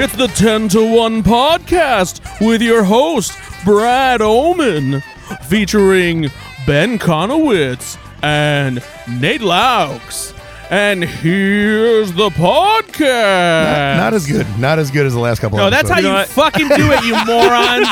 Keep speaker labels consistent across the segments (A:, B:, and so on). A: It's the 10 to 1 podcast with your host, Brad Oman, featuring Ben Conowitz and Nate Laux. And here's the podcast.
B: Not as good. Not as good as the last couple.
C: No, that's how you,
B: episodes.
C: fucking do it, you morons.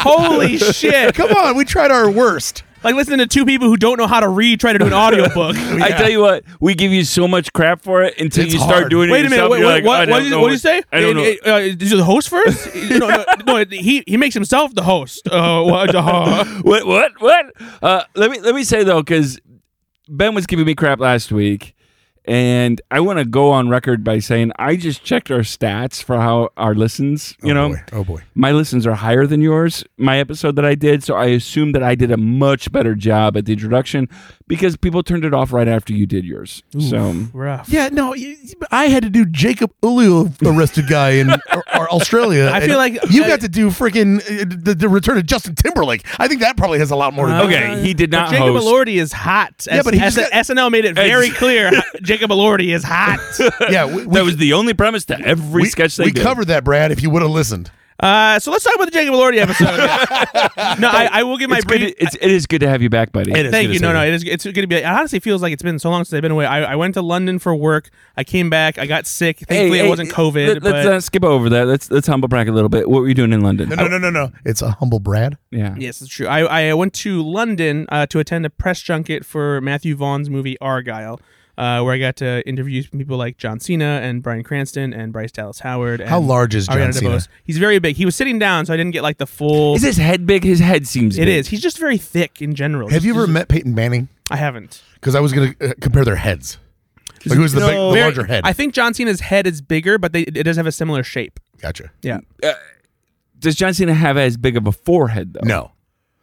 C: Holy shit.
B: Come on, we tried our worst.
C: Like listening to two people who don't know how to read try to do an audiobook.
D: I tell you what, we give you so much crap for it until
B: It's
D: you
B: hard.
D: start doing it.
C: Wait a minute.
D: yourself,
C: Wait,
D: you're
C: wait,
D: like, I
C: what,
D: don't
C: what, did,
D: know
C: what did you say?
D: I don't know.
C: Uh, uh, is you the host first? no, no, no, he, he makes himself the host. Uh, what, uh,
D: what? What? What? Uh, let me let me say though, because Ben was giving me crap last week, and I want to go on record by saying I just checked our stats for how our listens. You
B: oh
D: know,
B: boy. oh boy.
D: my listens are higher than yours. My episode that I did, so I assume that I did a much better job at the introduction because people turned it off right after you did yours. So
C: rough.
B: Yeah, no, you- I had to do Jacob Ulu arrested guy in or, or Australia.
C: I
B: and
C: feel like-
B: you
C: I-
B: got to do freaking uh, the, the return of Justin Timberlake. I think that probably has a lot more to do.
D: Okay, he did
C: But
D: not
C: Jacob
D: host.
C: Elordi is hot.
B: Yeah,
C: S-
B: but he
C: S-
B: just got-
C: SNL made it very clear. Jacob Elordi is hot.
B: Yeah, we, we,
D: that was the only premise to every
B: we,
D: sketch they
B: we
D: did.
B: covered that, Brad. If you would have listened,
C: Uh, so let's talk about the Jacob Elordi episode. no, I, I will give my
D: It's good
C: brief.
D: to, it's, it is good to have you back, buddy.
B: It is.
C: Thank
B: good
C: you.
B: to
C: No,
B: see
C: no,
B: you.
C: it is. It's gonna be. It honestly feels like it's been so long since I've been away. I, I went to London for work. I came back. I got sick. Thankfully, it wasn't COVID.
D: Let,
C: but
D: us uh, skip over that. Let's let's humble brag a little bit. What were you doing in London?
B: no, no, no, no, no. It's a humble Brad.
D: Yeah.
C: yes, it's true. I, I went to London uh, to attend a press junket for Matthew Vaughn's movie Argyle. Uh, where I got to interview some people like John Cena and Brian Cranston and Bryce Dallas Howard. And
B: How large is John
C: Ariana
B: Cena?
C: DeBose. He's very big. He was sitting down, so I didn't get like the full.
D: Is his head big? His head seems.
C: It
D: big.
C: is. He's just very thick in general.
B: Have you
C: Just-
B: ever met Peyton Manning?
C: I haven't.
B: Because I was going to uh, compare their heads. Like who's the, big, the
C: Very-
B: larger head?
C: I think John Cena's head is bigger, but they, it does have a similar shape.
B: gotcha.
C: Yeah.
D: Does John Cena have as big of a forehead though?
B: No,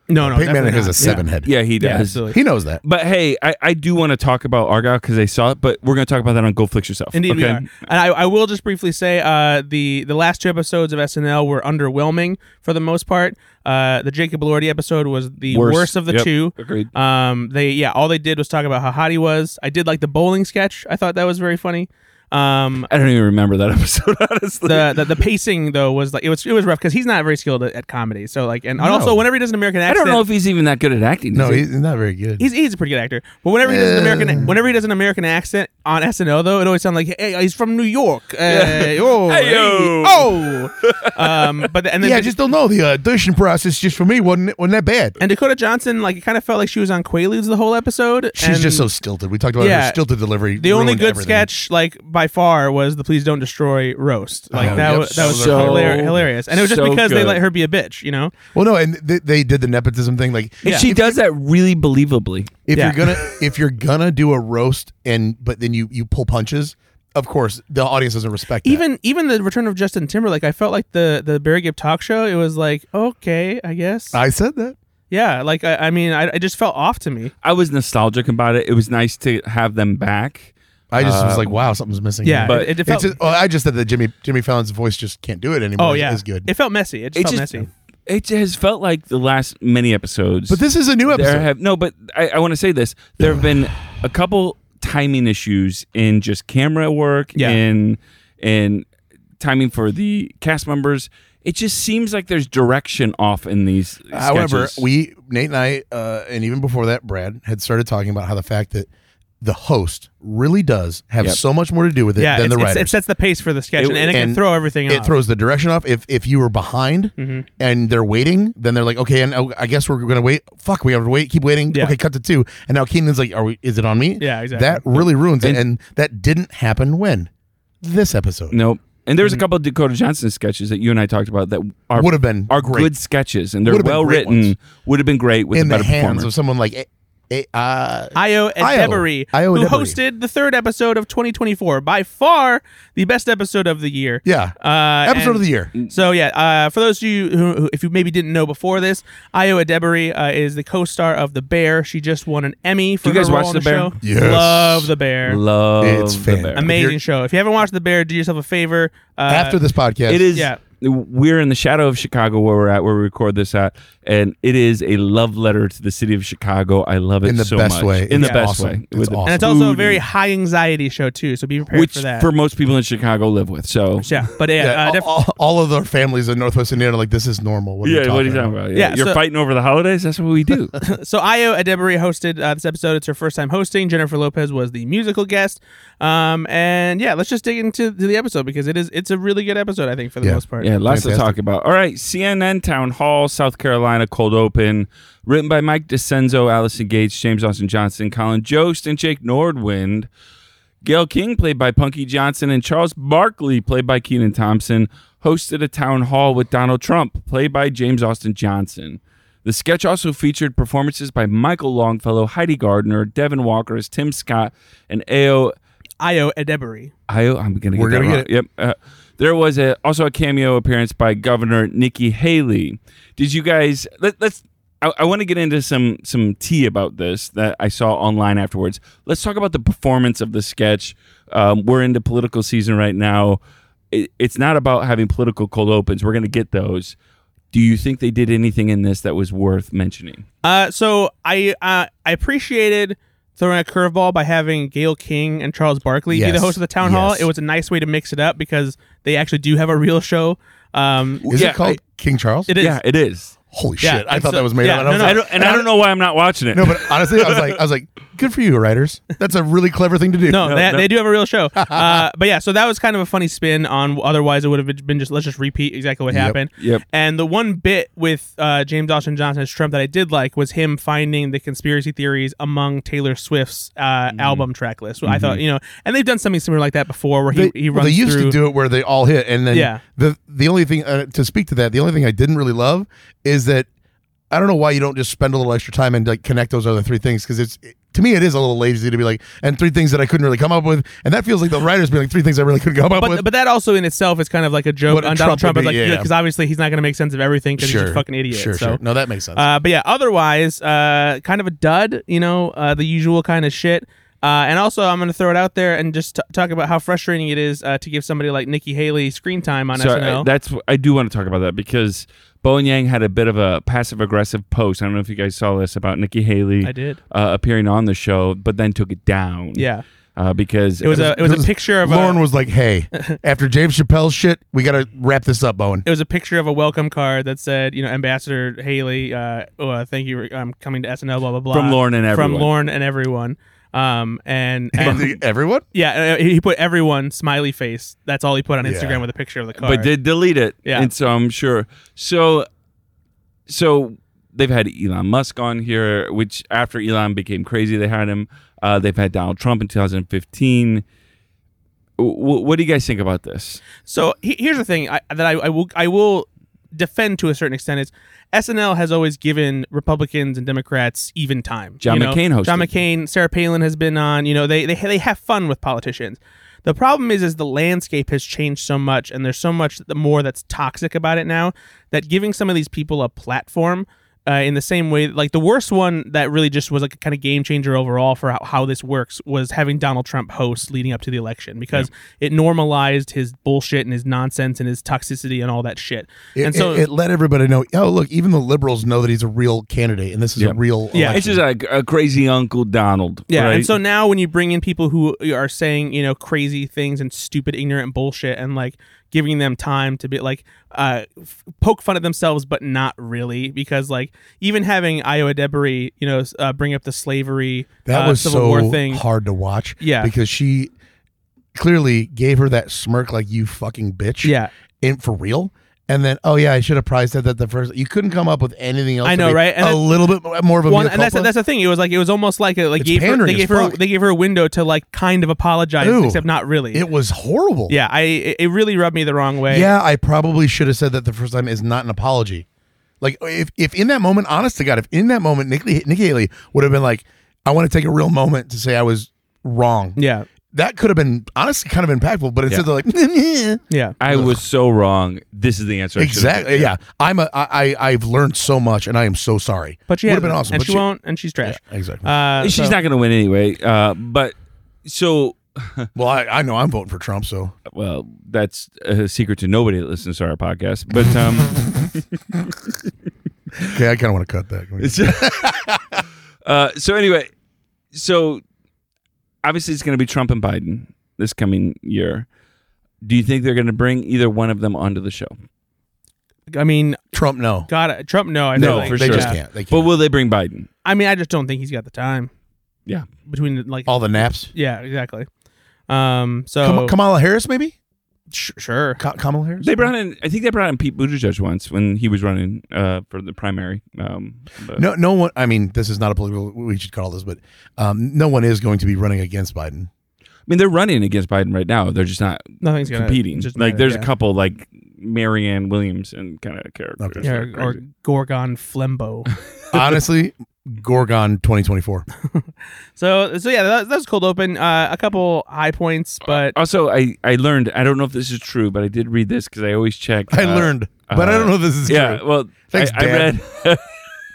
C: No, no.
B: Peyton
C: definitely
B: Manning has
C: not.
B: a seven head.
D: Yeah, he
C: Yeah,
D: does.
C: absolutely.
B: he knows that.
D: but hey, I, I do want to talk about Argyle because I saw it, but we're going to talk about that on Go Flix Yourself.
C: Indeed, we
D: okay?
C: are. And I, I will just briefly say uh, the the last two episodes of SNL were underwhelming for the most part. Uh, the Jacob Elordi episode was the
D: Worst.
C: worst, of the
D: Yep.
C: two.
D: Agreed.
C: Um, they yeah, all they did was talk about how hot he was. I did like the bowling sketch. I thought that was very funny. Um,
D: I don't even remember that episode, honestly.
C: the, the the pacing though was like it was it was rough because he's not very skilled at, at comedy. So like and, and
B: No.
C: also whenever he does an American
D: I
C: accent,
D: don't know if he's even that good at acting.
B: No,
D: is he?
B: he's not very good.
C: He's, he's a pretty good actor, but whenever he does an American, whenever he does an American accent on SNL, though, it always sounds like, "Hey, he's from New York." Uh, oh, hey,
D: Hey-yo.
C: oh. um, but the- and then
B: yeah, I just don't know. The audition process just for me wasn't wasn't that bad.
C: and Dakota Johnson, like, it kind of felt like she was on Quaaludes the whole episode.
B: She's
C: and
B: just so stilted. We talked about
C: Yeah.
B: her stilted delivery.
C: The only
B: ruined
C: good
B: everything.
C: sketch, like by far, was the "Please Don't Destroy" roast. Like
B: Oh,
C: that,
B: yep.
C: was, that was
D: So-
C: hilar- hilarious, and it was just
D: so
C: because they
D: good.
C: let her be a bitch, you know.
B: Well, no, and they, they did the nepotism thing. Like,
D: And she does that really believably.
B: if
C: Yeah.
B: you're gonna if you're gonna do a roast and but then you you pull punches, of course the audience doesn't respect. that.
C: Even even the return of Justin Timberlake, I felt like the the Barry Gibb talk show. It was like, okay, I guess,
B: I said that.
C: yeah. Like I, I mean, I, I just felt off to me.
D: I was nostalgic about it. It was nice to have them back.
B: I just was like, wow, something's missing.
C: Yeah,
B: here.
C: it, it
B: It's
C: felt.
B: just, well, I just said that Jimmy Jimmy Fallon's voice just can't do it anymore.
C: oh yeah,
B: is good.
C: It felt messy. It just
D: It
C: felt
D: just-
C: messy.
D: It has felt like the last many episodes.
B: but this is a new episode.
D: There have no, but I, I want to say this. There have been a couple timing issues in just camera work,
C: Yeah.
D: in in timing for the cast members. It just seems like there's direction off in these.
B: However,
D: sketches.
B: we Nate and I, uh, and even before that, Brad had started talking about how the fact that the host really does have
D: Yep.
B: so much more to do with it
C: Yeah,
B: than
C: it's,
B: the
C: it's- it
B: writers.
C: sets the pace for the sketch,
D: It-
C: and, it can
B: and
C: throw everything
B: it
C: off.
B: throws the direction off. If if you were behind
C: Mm-hmm.
B: and they're waiting, then they're like, okay, and oh, I guess we're gonna wait. Fuck, we have to wait. Keep waiting.
C: Yeah.
B: Okay, cut to two. And now Keenan's like, are we? Is it on me?
C: Yeah, exactly.
B: That really ruins it, and that didn't happen when this episode
D: nope. And there's a couple of Dakota Johnson sketches that you and I talked about that are
B: would have Mm-hmm. been
D: are
B: great
D: good sketches and they're
B: Would've been
D: well
B: great
D: written.
B: ones.
D: Would have been great with
B: in
D: a
B: the
D: better
B: hands
D: performer.
B: of someone like. eh, eh, uh,
C: Io and
B: Io.
C: Debery,
B: Io
C: who
B: Edebury.
C: hosted the third episode of 2024, by far the best episode of the year.
B: yeah,
C: Uh,
B: episode
C: and-
B: of the year.
C: So yeah, uh, for those of you who, who, if you maybe didn't know before this, Iowa Debery uh, is the co-star of The Bear. She just won an Emmy for
D: you guys
C: her role
D: watch
C: on
D: The Bear?
C: show.
B: Yes.
C: Love The Bear.
D: Love
B: It's
D: the bear.
B: fantastic.
C: Amazing
B: You're-
C: show. If you haven't watched The Bear, do yourself a favor. Uh,
B: After this podcast,
D: It is
C: Yeah.
D: we're in the shadow of Chicago where we're at, where we record this at, and it is a love letter to the city of Chicago. I love it
B: In the
D: so
B: best
D: much.
B: way.
D: In the
B: It's
D: best
B: awesome.
D: way.
B: It's
D: With the-
B: awesome.
C: and it's also a
D: food
C: very
D: and-
C: high anxiety show too. So be prepared
D: which
C: for that.
D: for most people in Chicago live with. So
C: yeah, but yeah,
B: Yeah,
C: uh,
B: all-
C: def-
B: all, all of their families in Northwest Indiana are like this is normal. What are you
D: yeah,
B: talking
D: what are you
B: about?
D: talking about?
C: Yeah,
D: you're
C: so-
D: fighting over the holidays. That's what we do.
C: so Io Adebari hosted uh, this episode. It's her first time hosting. Jennifer Lopez was the musical guest. Um, and yeah, let's just dig into to the episode because it is it's a really good episode. I think for the
B: Yeah.
C: most part.
D: Yeah, lots to
B: Fantastic.
D: talk about. All right, CNN Town Hall, South Carolina Cold Open, written by Mike DeCenzo, Allison Gates, James Austin Johnson, Colin Jost, and Jake Nordwind. Gail King, played by Punky Johnson, and Charles Barkley, played by Keenan Thompson, hosted a town hall with Donald Trump, played by James Austin Johnson. The sketch also featured performances by Michael Longfellow, Heidi Gardner, Devin Walker as Tim Scott, and A.O.
C: Io Adebari.
D: I, I'm going to get
B: We're
D: that
B: gonna
D: wrong.
B: get it.
D: Yep. Uh, there was a, also a cameo appearance by Governor Nikki Haley. Did you guys? Let, let's. I, I want to get into some some tea about this that I saw online afterwards. Let's talk about the performance of the sketch. Um, we're into political season right now. It, it's not about having political cold opens. We're going to get those. Do you think they did anything in this that was worth mentioning?
C: Uh, so I uh, I appreciated throwing a curveball by having Gail King and Charles Barkley be the
B: Yes.
C: host of the town hall.
B: Yes.
C: It was a nice way to mix it up because they actually do have a real show. Um,
B: Is
D: Yeah,
B: it called King Charles?
C: it is.
D: yeah, it is.
B: Holy
C: Yeah,
B: shit! I
C: it's
B: thought
C: a-
B: that was made
C: yeah,
B: up. And I was
C: no,
B: like,
D: I don't, and I don't know why I'm not watching it.
B: No, but honestly, I was like, I was like, good for you, writers. That's a really clever thing to do.
C: No, they,
D: no.
C: they do have a real show. Uh, but yeah, so that was kind of a funny spin on. Otherwise, it would have been just let's just repeat exactly what
B: Yep.
C: happened.
D: Yep.
C: And the one bit with uh, James Austin Johnson as Trump that I did like was him finding the conspiracy theories among Taylor Swift's uh,
B: Mm-hmm.
C: album track list. I thought you know, and they've done something similar like that before, where he,
B: They,
C: he
B: well,
C: runs
B: they used
C: through.
B: to do it where they all hit, and then
C: Yeah.
B: the the only thing uh, to speak to that, the only thing I didn't really love is that I don't know why you don't just spend a little extra time and like connect those other three things because it's it- to me it is a little lazy to be like and three things that I couldn't really come up with, and that feels like the writers being like three things I really couldn't come up
C: but,
B: with.
C: but that also in itself is kind of like a joke
B: What a
C: on Donald Trump,
B: Trump would
C: because like,
B: be, yeah.
C: because obviously he's not going to make sense of everything because he's just a fucking idiot.
B: Sure,
C: so.
B: sure. No, that makes sense.
C: Uh, but yeah, otherwise, uh, kind of a dud, you know, uh, the usual kind of shit. Uh, and also, I'm going to throw it out there and just t- talk about how frustrating it is uh, to give somebody like Nikki Haley screen time on
D: Sorry,
C: SNL.
D: I, uh, that's I do want to talk about that because Bo and Yang had a bit of a passive aggressive post. I don't know if you guys saw this about Nikki Haley.
C: I did.
D: uh, appearing on the show, but then took it down.
C: yeah,
D: uh, because
C: it was a it was a
B: Because
C: picture of
B: Lauren
C: a,
B: was like, "Hey, after James Chappelle's shit, we got to wrap this up, Bowen."
C: it was a picture of a welcome card that said, you know, Ambassador Haley, uh, oh, uh, thank you, I'm coming to SNL, blah blah blah,
D: From Lauren and everyone.
C: from Lauren and everyone. Um, and, and
B: Everyone,
C: yeah, uh, he put everyone smiley face. That's all he put on
B: Yeah.
C: Instagram with a picture of the card.
D: but did delete it.
C: Yeah.
D: and so I'm sure. So, so they've had Elon Musk on here, which after Elon became crazy, they had him. Uh, they've had Donald Trump in 2015. W- what do you guys think about this?
C: So he- here's the thing I, that I, I will I will defend to a certain extent is SNL has always given Republicans and Democrats even time.
D: John
C: you know?
D: McCain hosted.
C: John McCain, Sarah Palin has been on. You know they they they have fun with politicians. The problem is, is the landscape has changed so much, and there's so much th- more that's toxic about it now. That giving some of these people a platform, uh, in the same way, like the worst one that really just was like a kind of game changer overall for how, how this works was having Donald Trump host leading up to the election because it normalized his bullshit and his nonsense and his toxicity and all that shit.
B: It,
C: and so
B: it, it let everybody know. Oh, look, even the liberals know that he's a real candidate, and this is
D: Yeah.
B: a real.
C: Yeah,
B: election.
D: It's just like a crazy Uncle Donald.
C: Yeah,
D: right?
C: and so now when you bring in people who are saying you know crazy things and stupid, ignorant bullshit, and like giving them time to be like uh, f- poke fun at themselves, but not really, because like even having Iowa Debris, you know, s- uh, bring up the slavery
B: That
C: uh,
B: was
C: Civil
B: so
C: War thing.
B: hard to watch.
C: Yeah.
B: Because she clearly gave her that smirk like you fucking bitch.
C: Yeah,
B: In for real. And then, oh yeah, I should have probably said that the first. You couldn't come up with anything else.
C: I
B: to
C: know,
B: be
C: right? And
B: a
C: that-
B: little bit mo- more of a.
C: Well,
B: mea
C: and that's
B: culpa.
C: that's the thing. It was like it was almost like a, like
B: It's
C: gave her, they
B: pandering
C: gave
B: as
C: her
B: fuck.
C: they gave her a window to like kind of apologize,
B: Ew.
C: except not really.
B: it was horrible.
C: yeah, I it- it really rubbed me the wrong way.
B: Yeah, I probably should have said that the first time is not an apology. Like if if in that moment, honest to God, if in that moment Nikki Nikki Haley would have been like, I want to take a real moment to say I was wrong.
C: yeah,
B: That could have been honestly kind of impactful, but instead they're like,
C: yeah.
D: I was so wrong. This is the answer. I should've
B: Exactly.
D: given.
B: Yeah. I'm a. I. I- I've learned so much, and I am so sorry.
C: But she
B: would
C: had
B: have been
C: them,
B: awesome.
C: and
B: but
D: Uh,
C: she, won't, and she's trash.
B: Exactly.
C: Uh,
D: She's
C: so-
D: not going to win anyway. Uh, but so
B: Well, I, I know I'm voting for Trump, so
D: well, that's a secret to nobody that listens to our podcast. But um,
B: okay, I kind of want to cut that.
D: it's- uh, so anyway, so obviously it's going to be Trump and Biden this coming year. Do you think they're going to bring either one of them onto the show?
C: I mean,
B: Trump, no,
C: God, Trump. No, I
D: No,
C: feel
D: for
C: like,
B: they
D: sure.
B: just
C: yeah.
B: can't. They can't.
D: But will they bring Biden?
C: I mean, I just don't think he's got the time.
D: Yeah.
C: Between like,
B: All the naps.
C: yeah, exactly. Um. So
B: Kam- Kamala Harris, maybe.
C: sh- sure.
B: Ka- Kamala Harris.
D: They brought in, I think they brought in Pete Buttigieg once when he was running uh, for the primary. Um, but-
B: No, no one. I mean, this is not a political. We should call this, but um, no one is going to be running against Biden.
D: I mean they're running against Biden right now. They're just not
C: Nothing's gonna
D: competing.
C: Just
D: like
C: matter,
D: there's
C: yeah.
D: a couple like Marianne Williams and kind of characters.
B: Okay.
D: that are
C: Yeah, or
D: crazy.
C: Gorgon Flembo.
B: Honestly, Gorgon 2024.
C: so so yeah, that, that was cold open. Uh, a couple high points, but
D: also, I I learned. I don't know if this is true, but I did read this because I always check.
B: I
D: uh,
B: learned, but I don't know if this is
D: Yeah,
B: true.
D: well,
B: Thanks,
D: I, I
B: Dad.
D: read.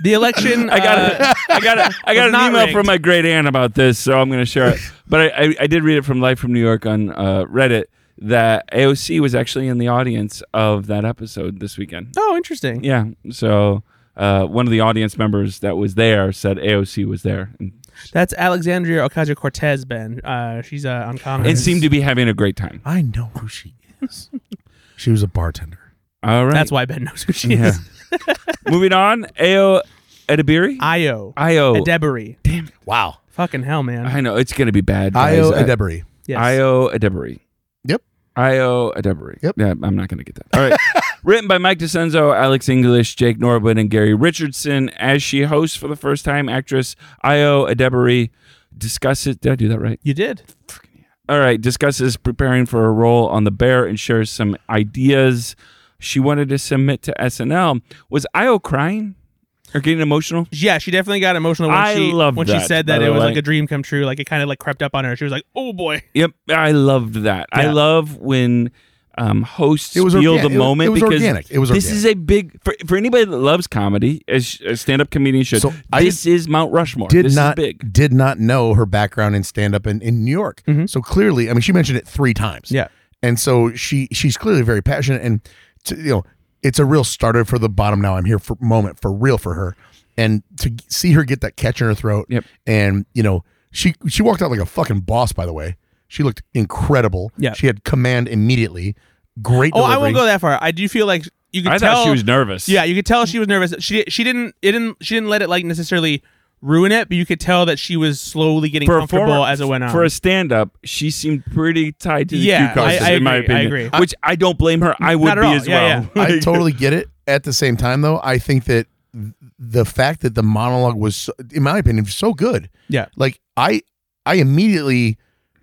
C: the election.
D: I got
C: uh,
D: a, I got a, I
C: was
D: got an
C: not
D: email
C: rigged.
D: from my great aunt about this, so I'm going to share it. But I, I, I did read it from Life from New York on uh, Reddit that AOC was actually in the audience of that episode this weekend.
C: Oh, interesting.
D: Yeah, so uh, one of the audience members that was there said AOC was there and,
C: That's Alexandria Ocasio Cortez. Ben, uh, she's uh, on Congress.
D: and seemed to be having a great time.
B: I know who she is. she was a bartender.
D: All right,
C: That's why Ben knows who she
D: Yeah.
C: is.
D: Moving on, Ao Edibiri,
C: Io.
D: Io,
C: Adebary.
B: Wow.
C: Fucking hell, man.
D: I know it's going to be bad. guys.
B: Io
D: I-
B: Adebri.
C: yes.
D: Io Adebri.
B: Yep.
D: Io Adebri.
B: Yep.
D: Yeah, I'm not going to get that. All right. Written by Mike DeCenzo, Alex English, Jake Norwood, and Gary Richardson. As she hosts for the first time, actress Io Adebri discusses. Did I do that right?
C: You did.
D: All right. Discusses preparing for a role on The Bear and shares some ideas she wanted to submit to SNL. Was Io crying or getting emotional?
C: Yeah, she definitely got emotional when
D: I
C: she
D: love
C: when
D: that,
C: she said
D: by
C: that
D: the
C: it was
D: way.
C: like a dream come true. Like it kind of like crept up on her. She was like, "Oh boy."
D: Yep, I loved that. I
C: Yeah.
D: love when um, hosts
B: It was
D: feel
B: organ-
D: the
B: it was-
D: moment
B: it was
D: because
B: organic. It was
D: this
B: organic.
D: is a big for, for anybody that loves comedy as a stand-up comedian should.
B: So I
D: this is Mount Rushmore.
B: Did
D: this
B: not
D: is big. Mm-hmm.
B: did not know her background in stand up in, in New York. So clearly, I mean, she mentioned it three times.
C: Yeah.
B: and so she she's clearly very passionate, and to, you know, it's a real starter for the bottom. Now I'm here for moment for real for her, and to g- see her get that catch in her throat.
D: Yep.
B: and you know, she she walked out like a fucking boss. By the way, she looked incredible.
C: Yeah.
B: she had command immediately. Great.
C: Oh, I
B: delivery.
C: won't go that far. I do feel like you could
D: I
C: tell
D: thought she was nervous.
C: Yeah, you could tell she was nervous. She she didn't it didn't she didn't let it like necessarily ruin it, but you could tell that she was slowly getting
D: For a
C: comfortable
D: former-
C: as it went on.
D: for a stand-up, she seemed pretty tied to the
C: Yeah,
D: cue cards,
C: I- I
D: in my
C: agree, I
D: opinion.
C: agree.
D: Which I don't blame her. I would
C: Not at
D: be
C: all.
D: as
C: Yeah,
D: well.
C: yeah.
B: I totally get it. At the same time, though, I think that th- the fact that the monologue was, so- in my opinion, so good.
C: Yeah.
B: Like I, I immediately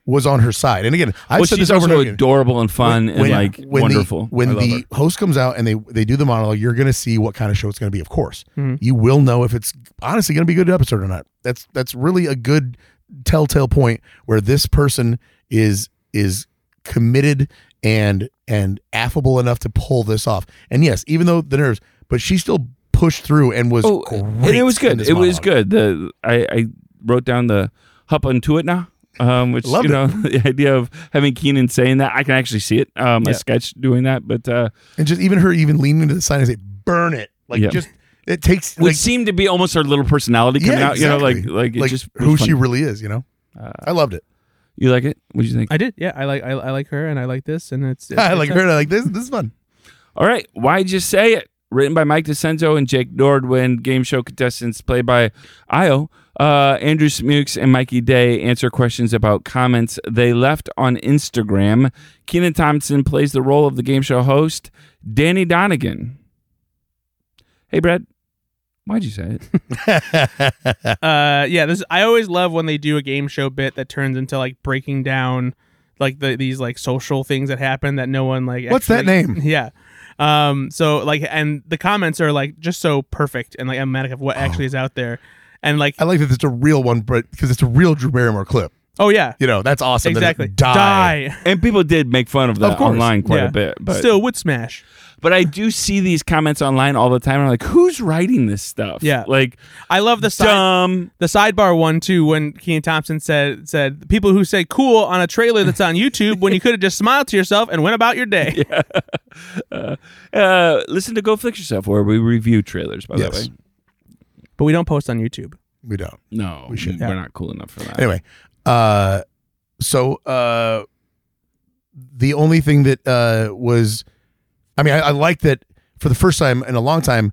B: was on her side. And again, I've
D: well,
B: said
D: she's
B: this over and
D: also
B: over again.
D: adorable and fun and like
B: when
D: wonderful.
B: The, when
D: I love
B: the host comes out and they they do the monologue, you're going to see what kind of show it's going to be. Of course,
D: Mm-hmm.
C: Mhm.
B: you will know if it's honestly going to be a good episode or not. That's that's really a good telltale point where this person is is committed and and affable enough to pull this off. And yes, even though the nerves, but she still pushed through and was
D: Oh,
B: great.
D: and it was
B: in
D: good.
B: this
D: It was
B: monologue.
D: good. The I, I wrote down the hop onto it now, um, which
B: Loved
D: you know the idea of having Keenan saying that I can actually see it. Um, a sketch doing that, but uh,
B: And just even her even leaning into the sign and say, "Burn it!" Like
D: Yeah.
B: just it takes
D: which
B: like
D: seemed to be almost her little personality coming
B: yeah,
D: out. You know, like
B: exactly.
D: like, it just was
B: who
D: fun.
B: she really is. You know,
D: Uh,
B: I loved it.
D: You like it? What do you think?
C: I did. Yeah, I like I, I like her and I like this and it's,
B: I like her. I like this. This is fun.
D: All right, why'd you say it? Written by Mike DeCenzo and Jake Nordwin, game show contestants played by Io. Uh, Andrew Smukes and Mikey Day answer questions about comments they left on Instagram. Keenan Thompson plays the role of the game show host, Danny Donegan. Hey, Brad, why'd you say it?
C: Uh yeah, this I always love when they do a game show bit that turns into like breaking down like the, these like social things that happen that no one like
B: What's that
C: actually-
B: name?
C: Yeah. Um so like and the comments are like just so perfect and like emblematic of what actually is out there. And like
B: Oh. I like that it's a real one, but because it's a real Drew Barrymore clip.
C: oh yeah.
B: You know, that's awesome. that it-
C: Exactly.
B: Die.
D: and people did make fun of that
C: course.
D: online quite
C: Yeah.
D: a bit, but
C: Still would smash.
D: But I do see these comments online all the time. and I'm like, who's writing this stuff?
C: Yeah.
D: Like,
C: I love the side,
D: dumb.
C: the sidebar one too when Keenan Thompson said said people who say cool on a trailer that's on YouTube when you could have just smiled to yourself and went about your day.
D: Uh, listen to Go Fix Yourself, where we review trailers, by
B: Yes.
D: the way.
C: But we don't post on YouTube.
B: We don't.
D: No,
B: We should.
D: We're not cool enough for that.
B: Anyway, uh, so uh, the only thing that uh, was, I mean, I, I like that for the first time in a long time.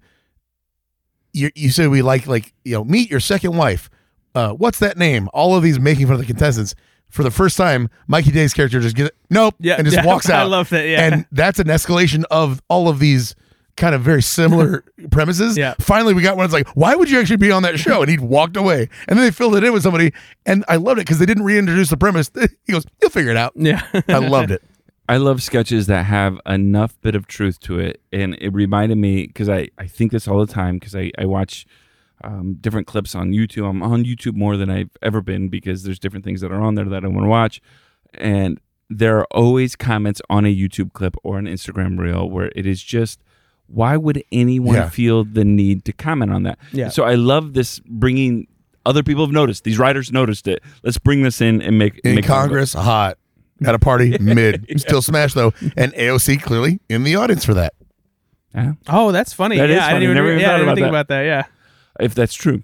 B: You you said we like like you know meet your second wife. Uh, what's that name? All of these making fun of the contestants for the first time. Mikey Day's character just gets nope
C: Yeah,
B: and just
C: yeah,
B: walks out.
C: I love that. Yeah,
B: and that's an escalation of all of these kind of very similar premises.
C: Yeah.
B: Finally, we got one. It's like, why would you actually be on that show? And he'd walked away, and then they filled it in with somebody, and I loved it because they didn't reintroduce the premise. He goes, "You'll figure it out."
C: yeah.
B: I loved it.
D: I love sketches that have enough bit of truth to it. And it reminded me, because I, I think this all the time, because I, I watch um, different clips on YouTube. I'm on YouTube more than I've ever been because there's different things that are on there that I want to watch. And there are always comments on a YouTube clip or an Instagram reel where it is just, why would anyone
B: Yeah.
D: feel the need to comment on that?
C: Yeah.
D: So I love this bringing. Other people have noticed. These writers noticed it. Let's bring this in and make
B: In
D: make it-
B: Congress, hot at a party, mid, still smash though, and AOC clearly in the audience for that.
D: Yeah.
C: Oh, that's funny.
D: That
C: yeah,
D: is
C: I
D: funny.
C: didn't even,
D: Never even
C: yeah, I
D: thought
C: didn't
D: about
C: think
D: that.
C: about that. Yeah.
D: if that's true.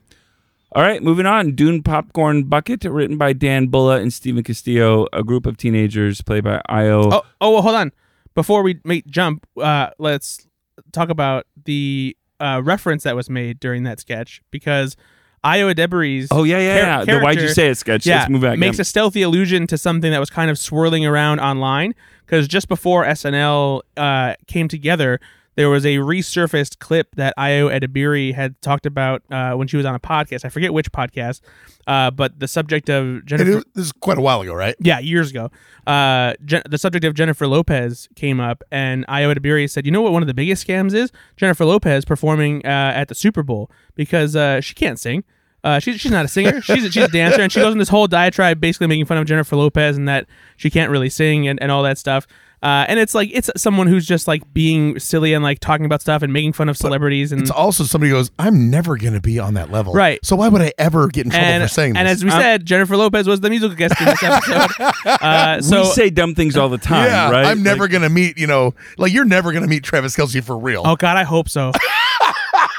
D: All right, moving on. Dune Popcorn Bucket, written by Dan Bulla and Stephen Castillo, a group of teenagers played by Io.
C: Oh, oh, well, hold on. Before we make jump, uh, let's talk about the uh, reference that was made during that sketch because Iowa Debris.
D: Oh, yeah, yeah,
C: char-
D: yeah. The why'd you
C: character-
D: say it sketch?
C: yeah,
D: Let's move back.
C: makes
D: in.
C: a stealthy allusion to something that was kind of swirling around online because just before SNL uh, came together, there was a resurfaced clip that Io Edibiri had talked about uh, when she was on a podcast. I forget which podcast, uh, but the subject of
B: And
C: Jennifer.
B: it, this is quite a while ago, right?
C: Yeah, years ago. Uh, Jen- the subject of Jennifer Lopez came up, and Iowa DeBerry said, "You know what? One of the biggest scams is Jennifer Lopez performing uh, at the Super Bowl because uh, she can't sing. Uh, she's she's not a singer. She's a, she's a dancer, and she goes in this whole diatribe, basically making fun of Jennifer Lopez and that she can't really sing and, and all that stuff. Uh, and it's like it's someone who's just like being silly and like talking about stuff and making fun of celebrities and
B: It's also somebody who goes, "I'm never going to be on that level,
C: Right.
B: So why would I ever get in trouble
C: and,
B: for saying
C: and
B: this? Um,
C: as we said, Jennifer Lopez was the musical guest in this episode. uh, so
D: we say dumb things all the time,
B: yeah,
D: right?
B: I'm never going to meet. You know, like you're never going to meet Travis Kelsey for real.
C: Oh God, I hope so.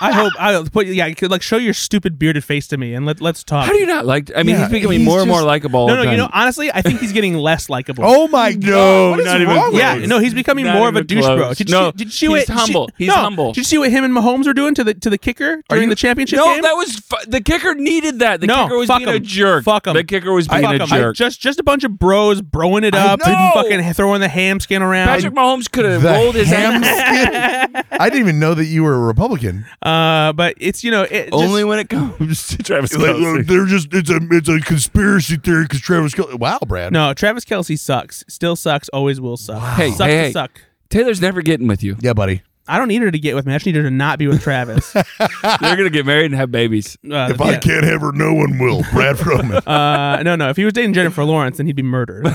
C: I hope I'll put yeah, you could, like show your stupid bearded face to me and let let's talk.
D: How do you not like? I mean,
B: Yeah,
D: he's becoming
B: he's
D: more and more
B: just-
D: likable. all
C: no,
D: the
C: no, you
D: time.
C: know, honestly, I think he's getting less likable.
B: Oh my
D: No,
B: god! What is
D: not even
B: wrong with
C: yeah,
B: you?
D: please.
C: no, he's becoming
D: Not
C: more of a
D: even
C: douche
D: close.
C: bro. Did you,
D: No,
C: did you see what
D: he's
C: did you-
D: humble. He's
C: no,
D: humble.
C: Did you see what him and Mahomes were doing to the to the kicker during the championship
D: no,
C: game?
D: that was fu- the kicker needed that. The
C: No,
D: kicker was
C: fuck
D: being a
C: him.
D: jerk.
C: Fuck him.
D: The kicker was being
C: Fuck
D: a
C: 'em. I-
D: jerk.
C: just just a bunch of bros broing it
B: I
C: up,
B: know.
C: fucking throwing the ham skin around.
D: Patrick Mahomes could have
B: The
D: rolled his
B: ham
D: ass.
B: skin. I didn't even know that you were a Republican.
C: uh, but it's you know it just-
D: Only when it comes to Travis
B: Like,
D: Kelsey.
B: they're just it's a it's a conspiracy theory because Travis. Kelsey. Wow, Brad.
C: no Travis Kelsey sucks, still sucks, always will suck.
D: Hey,
C: suck
D: hey,
C: to
D: hey.
C: suck.
D: Taylor's never getting with you.
B: Yeah, buddy.
C: I don't need her to get with me. I just need her to not be with Travis. Uh,
D: They're gonna get married and have babies.
B: If
C: yeah.
B: I can't have her, no one will. Brad Froman.
C: Uh, no, no. If he was dating Jennifer Lawrence, then he'd be murdered.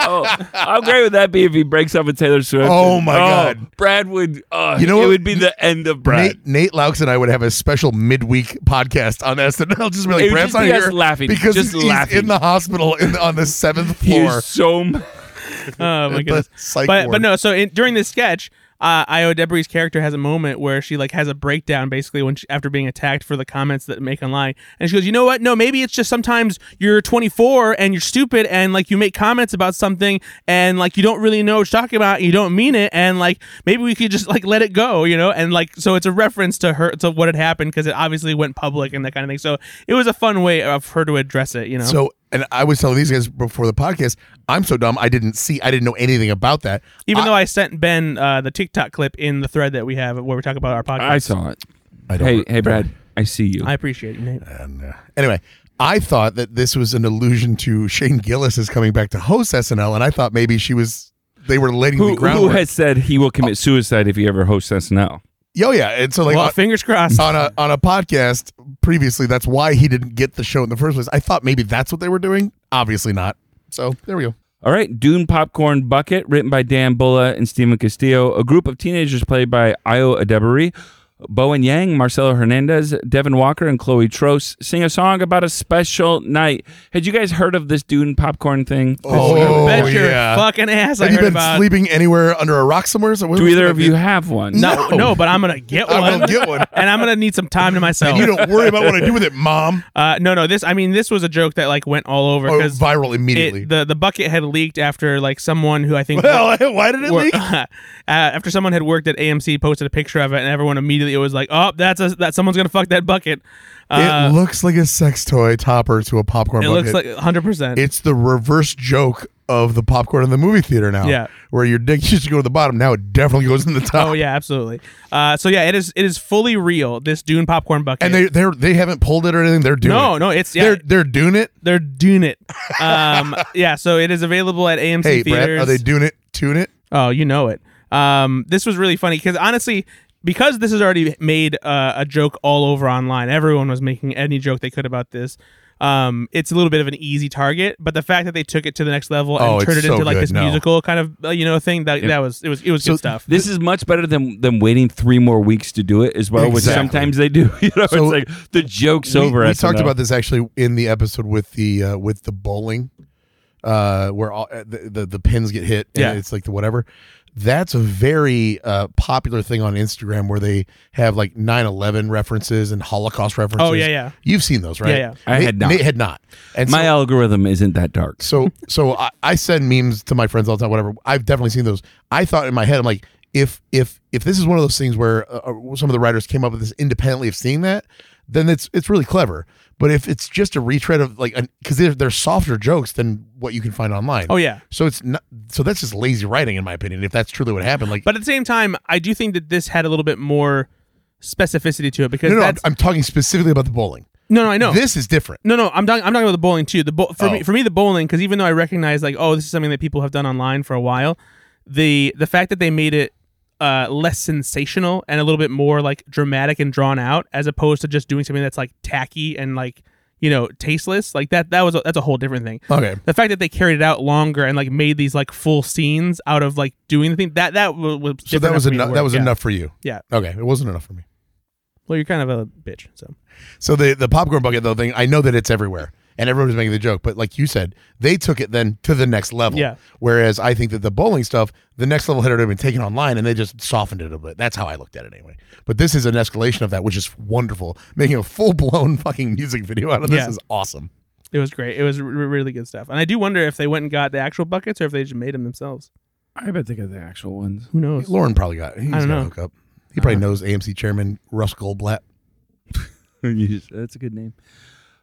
D: oh, how great would that be if he breaks up with Taylor Swift?
B: Oh, my God.
D: Brad would. Uh,
B: You
D: you
B: know
D: know, it
B: what?
D: would be the end of
B: Nate,
D: Brad.
B: Nate Laux and I would have a special midweek podcast on SNL. Just be
D: It
B: like,
D: would
B: Brad's
D: just
B: not
D: be us
B: here
D: laughing,
B: because
D: just
B: he's
D: laughing.
B: in the hospital in the, on the seventh
D: He
B: floor.
D: is so. m-
C: Oh my
B: The
C: goodness.
B: psych
C: But
B: ward.
C: but no. So in, during this sketch, uh, Io Debris' character has a moment where she like has a breakdown basically when she, after being attacked for the comments that make online, and she goes, "You know what? No, maybe it's just sometimes you're 24 and you're stupid and like you make comments about something and like you don't really know what you're talking about, and you don't mean it, and like maybe we could just like let it go, you know? And like so, it's a reference to her to what had happened because it obviously went public and that kind of thing. So it was a fun way of her to address it, you know?
B: So, and I was telling these guys before the podcast, I'm so dumb. I didn't see. I didn't know anything about that.
C: Even though I sent Ben uh, the TikTok clip in the thread that we have where we talk about our podcast.
D: I saw it.
B: I don't
D: Hey, hey, Brad. I see you.
C: I appreciate you, Nate.
B: And, uh, anyway, I thought that this was an allusion to Shane Gillis is coming back to host SNL, and I thought maybe she was they were laying
D: who,
B: the
D: who
B: groundwork.
D: has said he will commit suicide if he ever hosts SNL?
B: Yo, yeah, and so like
C: well,
B: on,
C: fingers crossed.
B: on a on a podcast previously, that's why he didn't get the show in the first place. I thought maybe that's what they were doing. Obviously not. So there we go.
D: All right, Dune Popcorn Bucket, written by Dan Bulla and Steven Castillo. A group of teenagers played by Io Adebari, Bowen Yang, Marcelo Hernandez, Devin Walker, and Chloe Trost sing a song about a special night. Had you guys heard of this Dune Popcorn thing?
B: Oh,
C: Bet your
B: yeah.
C: fucking ass I
B: Have you
C: heard
B: been
C: about.
B: sleeping anywhere under a rock somewhere? So where-
D: Do either of
B: where-
D: you have one?
C: no,
B: No.
C: no, but I'm gonna get
B: I
C: one,
B: will get one.
C: and I'm gonna need some time to myself.
B: You don't worry about what I do with it, mom.
C: uh, no, no, this. I mean, this was a joke that like went all over
B: Or
C: because
B: Oh, viral immediately.
C: the the bucket had leaked after like someone who I think
B: well, why did it
C: wor-
B: leak?
C: uh, after someone had worked at AMC posted a picture of it, and everyone immediately was like, "Oh, that's a, that someone's gonna fuck that bucket." Uh,
B: it looks like a sex toy topper to a popcorn
C: it,
B: bucket.
C: looks like 100. percent
B: it's the reverse joke of the popcorn in the movie theater now.
C: Yeah.
B: Where your dick used to go to the bottom, now it definitely goes in the top.
C: Oh yeah, absolutely. Uh, so yeah, it is it is fully real. This Dune popcorn bucket.
B: And they they they haven't pulled it or anything. They're doing
C: no,
B: it.
C: no, it's yeah,
B: They're they're doing it.
C: They're doing it. Um, yeah, so it is available at AMC
B: Hey,
C: theaters.
B: Brad, are they doing it? Tune it.
C: oh, you know it. Um, this was really funny because honestly, because this has already made uh, a joke all over online. Everyone was making any joke they could about this. Um, it's a little bit of an easy target, but the fact that they took it to the next level and
B: Oh, it's
C: turned it
B: so
C: into like
B: good,
C: this
B: no.
C: musical kind of uh, you know thing that that was it was it was good stuff.
D: This is much better than them waiting three more weeks to do it as well, which
B: Exactly.
D: sometimes they do. You know,
B: So-
D: it's like the joke's
B: we,
D: over.
B: We
D: SNL.
B: talked about this actually in the episode with the uh, with the bowling, uh, where all uh, the, the the pins get hit. And
C: Yeah.
B: it's like the whatever. That's a very uh, popular thing on Instagram where they have like 9-11 references and Holocaust references.
C: Oh, yeah, yeah.
B: You've seen those, right?
C: yeah.
D: I
B: Nate-
D: had not.
B: Nate had not. And
D: My
B: so,
D: algorithm isn't that dark.
B: so so I, I send memes to my friends all the time. Whatever. I've definitely seen those. I thought in my head, I'm like, if if if this is one of those things where uh, uh, some of the writers came up with this independently of seeing that, then it's it's really clever. But if it's just a retread of like, because they're, they're softer jokes than what you can find online.
C: oh yeah,
B: So it's not. So that's just lazy writing, in my opinion. If that's truly what happened, like,
C: but at the same time, I do think that this had a little bit more specificity to it because
B: no, no, I'm,
C: that's
B: I'm talking specifically about the bowling.
C: no, no, I know
B: This is different.
C: No, no, I'm talking. I'm talking about the bowling too. The bo- for
B: Oh.
C: me, for me, the bowling because even though I recognize like, oh, this is something that people have done online for a while, the the fact that they made it uh, less sensational and a little bit more like dramatic and drawn out, as opposed to just doing something that's like tacky and like you know tasteless, like that that was a, that's a whole different thing.
B: Okay.
C: The fact that they carried it out longer and like made these like full scenes out of like doing the thing that that was, was
B: So
C: different
B: that was
C: for me to
B: enough.
C: work,
B: That was
C: yeah.
B: enough for you.
C: Yeah.
B: Okay. It wasn't enough for me.
C: Well, you're kind of a bitch, so
B: So the the popcorn bucket though thing, I know that it's everywhere, and everyone was making the joke. But like you said, they took it then to the next level.
C: Yeah.
B: Whereas I think that the bowling stuff, the next level had already been taken online, and they just softened it a bit. That's how I looked at it anyway. But this is an escalation of that, which is wonderful. Making a full blown fucking music video out of this
C: Yeah.
B: is awesome.
C: it was great. It was r- really good stuff, and I do wonder if they went and got the actual buckets or if they just made them themselves.
D: I bet they got the actual ones.
C: Who knows?
B: Lauren probably got. He's
C: don't
B: got
C: know. Uh-huh.
B: a hookup. He probably knows AMC chairman Russ Goldblatt.
D: You just- That's a good name.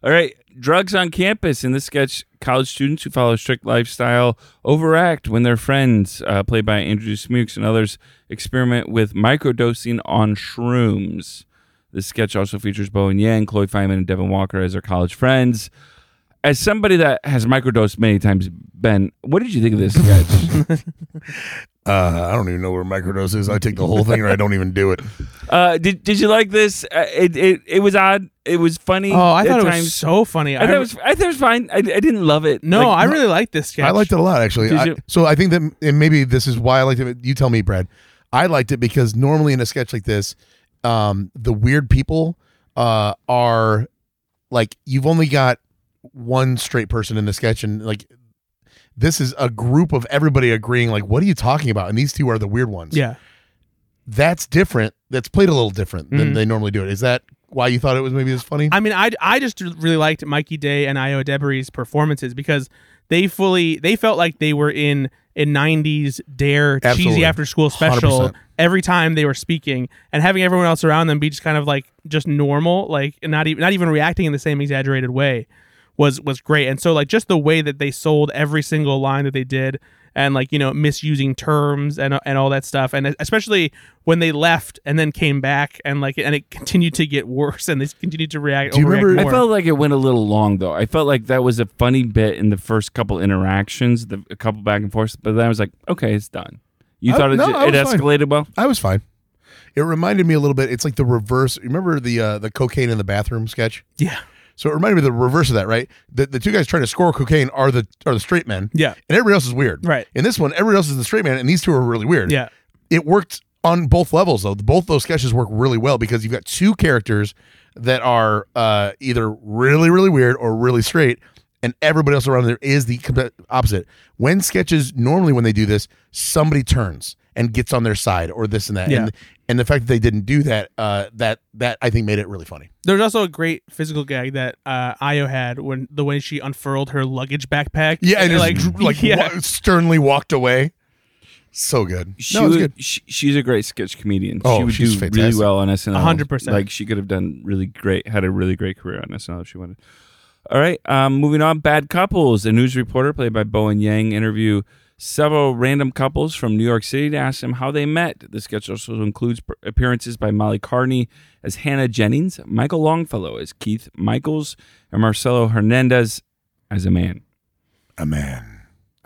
D: All right, drugs on campus. In this sketch, college students who follow a strict lifestyle overact when their friends, uh, played by Andrew Smukes and others, experiment with microdosing on shrooms. This sketch also features Bowen Yang, Chloe Feynman, and Devin Walker as their college friends. As somebody that has microdosed many times, Ben, what did you think of this sketch?
B: Uh, I don't even know where microdose is. I take the whole thing, or I don't even do it.
D: uh, did Did you like this? Uh, it, it it was odd. It was funny.
C: Oh, I
D: at
C: thought it
D: times.
C: was so funny.
D: I thought it was. I thought it was fine. I, I didn't love it.
C: no,
D: Like,
C: I really liked this sketch.
B: I liked it a lot, actually.
D: Did
B: I-
D: you-
B: so I think that, and maybe this is why I liked it. You tell me, Brad. I liked it because normally in a sketch like this, um, the weird people uh, are like you've only got one straight person in the sketch, and like this is a group of everybody agreeing. Like, what are you talking about? And these two are the weird ones.
C: Yeah,
B: that's different. That's played a little different than
C: Mhm.
B: they normally do it. Is that why you thought it was maybe as funny?
C: I mean, I I just really liked Mikey Day and Io Debris performances because they fully they felt like they were in a '90s Dare cheesy
B: Absolutely.
C: after school special
B: 100%.
C: every time they were speaking, and having everyone else around them be just kind of like just normal, like and not even not even reacting in the same exaggerated way, was was great. And so like just the way that they sold every single line that they did, and like you know misusing terms and and all that stuff, and especially when they left and then came back and like and it continued to get worse, and they continued to react.
B: Do you
C: overreact
B: remember-
D: I
C: more.
D: felt like it went a little long though. I felt like that was a funny bit in the first couple interactions, the a couple back and forth, but then I was like, okay, it's done. You
B: I-
D: thought it,
B: Oh, no, I
D: it
B: was fine.
D: escalated well?
B: I was fine. It reminded me a little bit. It's like the reverse. Remember the uh, the cocaine in the bathroom sketch?
C: yeah.
B: So it reminded me of the reverse of that, right? The, the two guys trying to score cocaine are the are the straight men.
C: Yeah.
B: And everybody else is weird.
C: Right.
B: In this one, everybody else is the straight man, and these two are really weird.
C: Yeah.
B: It worked on both levels though. Both those sketches work really well because you've got two characters that are uh, either really, really weird or really straight, and everybody else around there is the complete opposite. When sketches normally when they do this, somebody turns and gets on their side or this and that.
C: Yeah.
B: And and the fact that they didn't do that, uh, that that I think made it really funny.
C: There's also a great physical gag that uh, Io had when the way she unfurled her luggage backpack.
B: Yeah, and
C: like,
B: like like
C: yeah,
B: wa- sternly walked away. So good.
D: She
B: no, it's
D: would-
B: good.
D: She, she's a great sketch comedian.
B: Oh,
D: she would
B: she's
D: do
B: fantastic.
D: really well on SNL.
C: 100%.
D: Like she could have done really great, had a really great career on SNL if she wanted. All right, um, moving on. Bad couples. A news reporter played by Bowen Yang interview several random couples from New York City to ask them how they met. The sketch also includes per- appearances by Molly Carney as Hannah Jennings, Michael Longfellow as Keith Michaels, and Marcelo Hernandez as a man.
B: A man.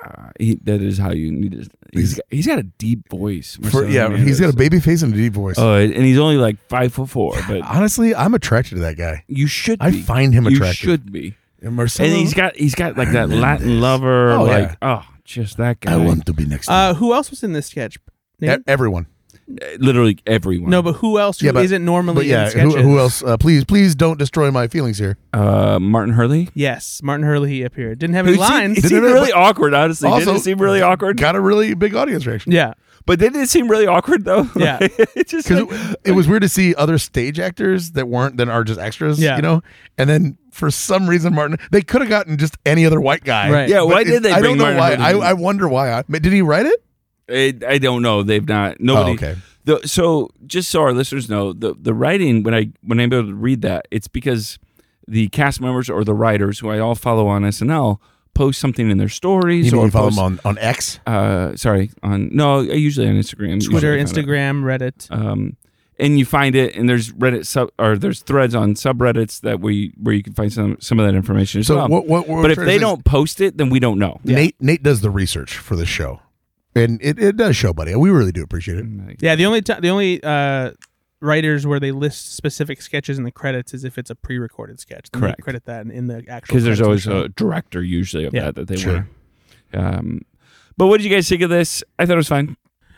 D: Uh, he, that is how you need to. He's, he's got a deep voice.
B: For,
D: Marcelo
B: yeah, he's
D: Hernandez.
B: got a baby face and a deep voice.
C: Uh,
D: Oh, and and he's only like five foot four, but
B: Honestly, I'm attracted to that guy.
D: you should.
B: I
D: be.
B: find him
D: you
B: attractive.
D: should be.
B: And Marcelo,
D: And he's got he's got like that Latin
B: Hernandez.
D: lover,
B: Oh,
D: like oh, just that guy.
B: to be next.
C: Uh, who else was in this sketch?
B: E-
C: Nate?
B: everyone.
D: literally everyone.
C: no, but who else? Who
B: Yeah, but-
C: not normally
B: But yeah,
C: in sketches?
B: who, who else? Uh, please, please don't destroy my feelings here.
D: uh, Martin Hurley.
C: Yes, Martin Hurley he appeared. Didn't have any
D: It seemed-
C: lines.
D: It seemed
B: Didn't it?
D: really awkward. Honestly,
B: Also-
D: didn't it seem really awkward?
B: Got a really big audience reaction
C: yeah,
D: But didn't it seem really awkward though?
C: Yeah.
D: it just
B: because
D: like,
B: it, it was weird to see other stage actors that weren't that are just extras.
C: Yeah.
B: you know. And then for some reason, Martin, they could have gotten just any other white guy.
C: Right.
D: yeah.
B: But
D: Why
B: it-
D: did they?
B: I don't
D: bring
B: know
D: Martin
B: why.
D: Hurley
B: I,
D: in?
B: I wonder why. I, did he write it?
D: I, I don't know. They've not. Nobody.
B: Oh, okay.
D: The, so just so our listeners know, the the writing when I when I'm able to read that, it's because the cast members or the writers who I all follow on SNL post something in their stories
B: You
D: or
B: mean you follow
D: post-
B: him on, on X?
D: uh sorry on no usually on Instagram
C: Twitter,
D: usually I find it.
C: Instagram, Reddit.
D: um and you find it and there's Reddit sub or there's threads on subreddits that we where you can find some some of that information as
B: So
D: well.
B: what? What? what
D: but if
B: we're trying
D: they
B: to say is
D: don't post it, then we don't know.
B: Nate Nate does the research for the show, and it, it does show, buddy. We really do appreciate it.
C: Yeah, the only t- the only uh, writers where they list specific sketches in the credits is if it's a pre-recorded sketch. Then they
D: Correct.
C: credit that in, in the actual.
D: because there's
C: credits
D: always
C: of the
D: a director usually of
C: Yeah,
D: that that they
B: sure.
D: want. Um, but what did you guys think of this? I thought it was fine.
C: show.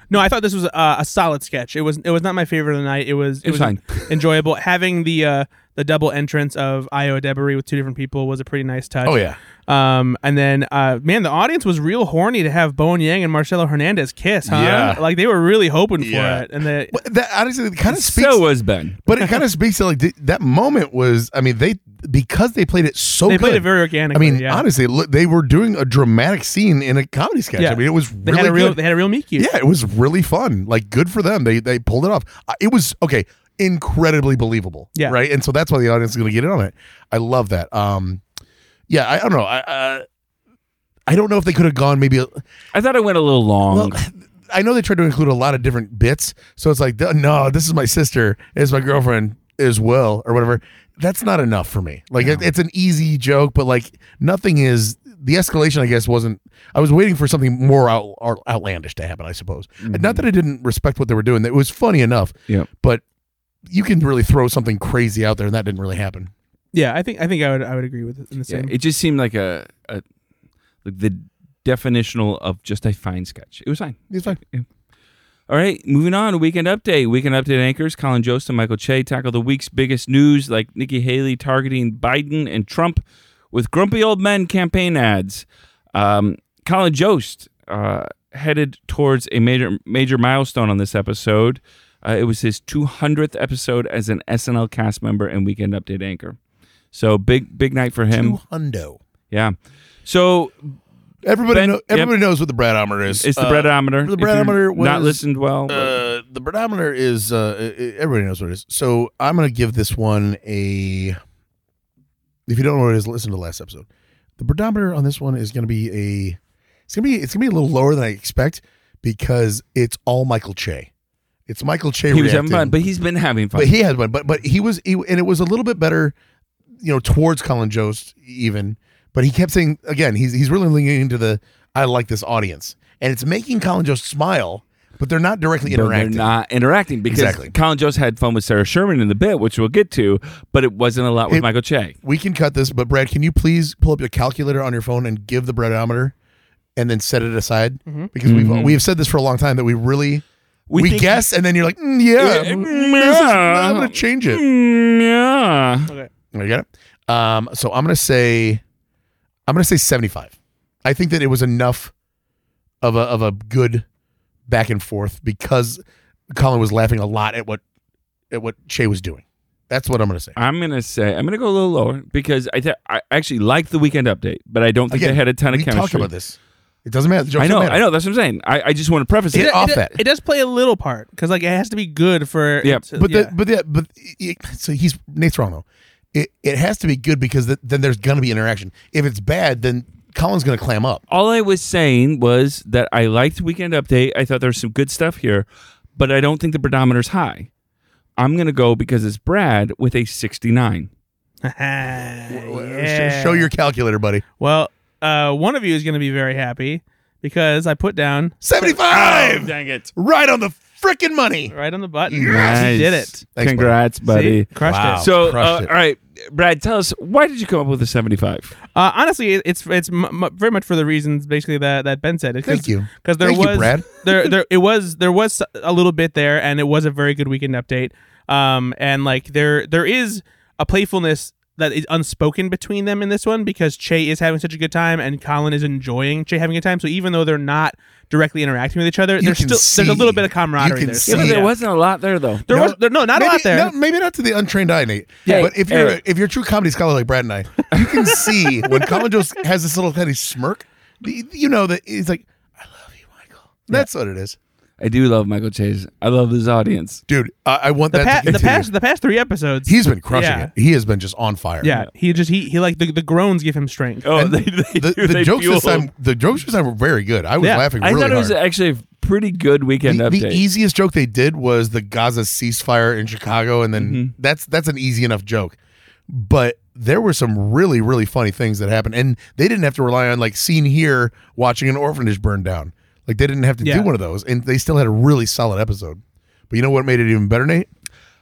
C: No, I thought this was uh, a solid sketch. It was it was not my favorite of the night. It was
D: It was fine.
C: enjoyable. Having the uh, the double entrance of Io Debris with two different people was a pretty nice touch.
B: Oh yeah.
C: Um, and then, uh, man, the audience was real horny to have Bowen Yang and Marcelo Hernandez kiss, huh?
B: Yeah.
C: Like they were really hoping for
B: Yeah.
C: it. And they,
B: But that honestly kind of speaks.
D: So was Ben.
B: but it kind of speaks to like th- that moment was. I mean, they because they played it so.
C: they played
B: good,
C: it very
B: I
C: organically.
B: mean,
C: yeah.
B: honestly, look, they were doing a dramatic scene in a comedy sketch.
C: Yeah.
B: I mean, it was
C: they
B: really
C: had a real,
B: good.
C: they had a real meet cute.
B: yeah, it was really fun. Like, good for them. They they pulled it off. Uh, It was okay, incredibly believable.
C: Yeah.
B: right. And so that's why the audience is going to get in on it. I love that. Um, yeah, I, I don't know. I uh, I don't know if they could have gone maybe. A,
D: I thought it went a little
B: well,
D: long.
B: I know they tried to include a lot of different bits, so it's like, th- no, this is my sister, it's my girlfriend as well, or whatever. That's not enough for me. Like, it, it's an easy joke, but like, nothing is. The escalation, I guess, wasn't. I was waiting for something more out, out- outlandish to happen. I suppose.
D: Mm-hmm.
B: Not that I didn't respect what they were doing; it was funny enough.
D: Yep.
B: But you can really throw something crazy out there, and that didn't really happen.
C: Yeah, I think I think I would I would agree with it in the
D: Yeah,
C: same.
D: it just seemed like a, a like the definitional of just a fine sketch. It was fine.
B: It's fine.
D: All right, moving on. Weekend update. Weekend update anchors Colin Jost and Michael Che tackle the week's biggest news, like Nikki Haley targeting Biden and Trump with grumpy old men campaign ads. Um, Colin Jost uh, headed towards a major major milestone on this episode. Uh, it was his 200th episode as an SNL cast member and Weekend Update anchor. So big big night for him.
B: Two hundo.
D: Yeah. So
B: Everybody,
D: Ben-
B: know, everybody knows what the Bradometer is.
D: it's the
B: Uh,
D: breadometer.
B: the
D: If you're
B: breadometer
D: Not
B: was,
D: listened well. but-
B: Uh, the predominator is uh, e- everybody knows what it is. So I'm going to give this one a. If you don't know what it is, listen to the last episode. The predominator on this one is going to be a. It's going to be it's going to be a little lower than I expect because it's all Michael Che. It's Michael Che.
D: he was having
B: reacting,
D: fun, but he's been having fun.
B: but he has one. But but he was he, and it was a little bit better, you know, towards Colin Jost even. But he kept saying again, he's he's really leaning into the I like this audience, and it's making Colin Jost smile. but they're not directly
D: but
B: interacting.
D: They're not interacting because
B: Exactly.
D: Colin Jost had fun with Sarah Sherman in the bit, which we'll get to, but it wasn't a lot with
B: It-
D: Michael Che.
B: we can cut this, but Brad, can you please pull up your calculator on your phone and give the breadometer, and then set it aside because we've we have said this for a long time that we really we,
D: Mm-hmm. think-
B: guess, and then you're like, mm, yeah,
D: Yeah,
B: mm,
D: mm,
B: this is-
D: yeah.
B: I'm gonna change it.
D: Mm, yeah.
B: You got it. Um, so I'm gonna say, I'm gonna say 75. I think that it was enough of a of a good back and forth because Colin was laughing a lot at what at what Che was doing. That's what I'm gonna say.
D: I'm gonna say I'm gonna go a little lower because I th- I actually like the weekend update, but I don't think
B: Again,
D: they had a ton of
B: we talk
D: chemistry.
B: about this. It doesn't matter. The jokes
D: I know,
B: don't matter.
D: I know. That's what I'm saying. I, I just want to preface
B: Get
D: it.
C: it,
B: off
C: it,
B: that.
C: It does play a little part because like it has to be good for.
D: Yeah,
C: to-
B: But
C: yeah.
B: the, but yeah, but it, so he's Nate's wrong though. It it has to be good because th- then there's gonna be interaction. If it's bad, then Colin's gonna clam up.
D: All I was saying was that I liked weekend update. I thought there was some good stuff here, but I don't think the pedometer's high. I'm gonna go because it's Brad with a 69.
C: Ah,
D: Uh,
C: yeah.
B: Show your calculator, buddy.
C: Well, uh, one of you is going to be very happy because I put down
B: Seventy five,
D: dang it!
B: right on the frickin' money.
C: right on the button.
D: Nice.
C: You did it.
B: buddy.
D: Congrats, buddy.
C: See? Crushed
B: Wow.
C: it.
D: So, uh,
B: Crushed it.
D: all right, Brad, tell us why did you come up with a 75?
C: Uh, honestly, it, it's it's m- m- very much for the reasons basically that, that Ben said. It's 'cause-
B: Thank you.
C: because there
B: Thank you,
C: was
B: Brad.
C: there there it was there was a little bit there, and it was a very good weekend update. Um, and like there there is a playfulness that is unspoken between them in this one because Che is having such a good time and Colin is enjoying Che having a good time. So even though they're not directly interacting with each other, there's
B: can
C: still there's a little
B: see-
C: bit of camaraderie
B: you can
C: there.
B: see- uh, Yeah, but
C: yeah.
D: there wasn't a lot there though.
C: There
B: No,
C: was there, no not
B: maybe,
C: a lot there.
B: no, maybe not to the untrained eye, Nate.
D: Hey,
B: but if you're
D: Eric.
B: if you're a true comedy scholar like Brad and I, you can see when Colin Jost has this little tiny smirk. y- You know that he's like, "I love you, Michael." That's what it is,
D: I do love Michael Chase. I love this audience.
B: dude. I, I want
C: the,
B: that.
C: pa-
B: to
C: the
B: continue.
C: past the past three episodes,
B: He's been crushing
C: Yeah.
B: it. He has been just on fire.
C: yeah, he just he he like the, the groans give him strength.
D: Oh,
B: And
D: they, they
B: The,
D: do,
B: the
D: they
B: jokes this
D: fuel.
B: time, the jokes this time were very good. I was
C: Yeah.
B: laughing
D: I
B: really
D: thought it
B: hard.
D: was actually a pretty good weekend
B: the, e-
D: update.
B: the easiest joke they did was the Gaza ceasefire in Chicago, and then
C: Mm-hmm.
B: that's that's an easy enough joke. But there were some really really funny things that happened, and they didn't have to rely on like seen here watching an orphanage burn down. Like they didn't have to
C: Yeah.
B: do one of those, and they still had a really solid episode. But you know what made it even better, Nate?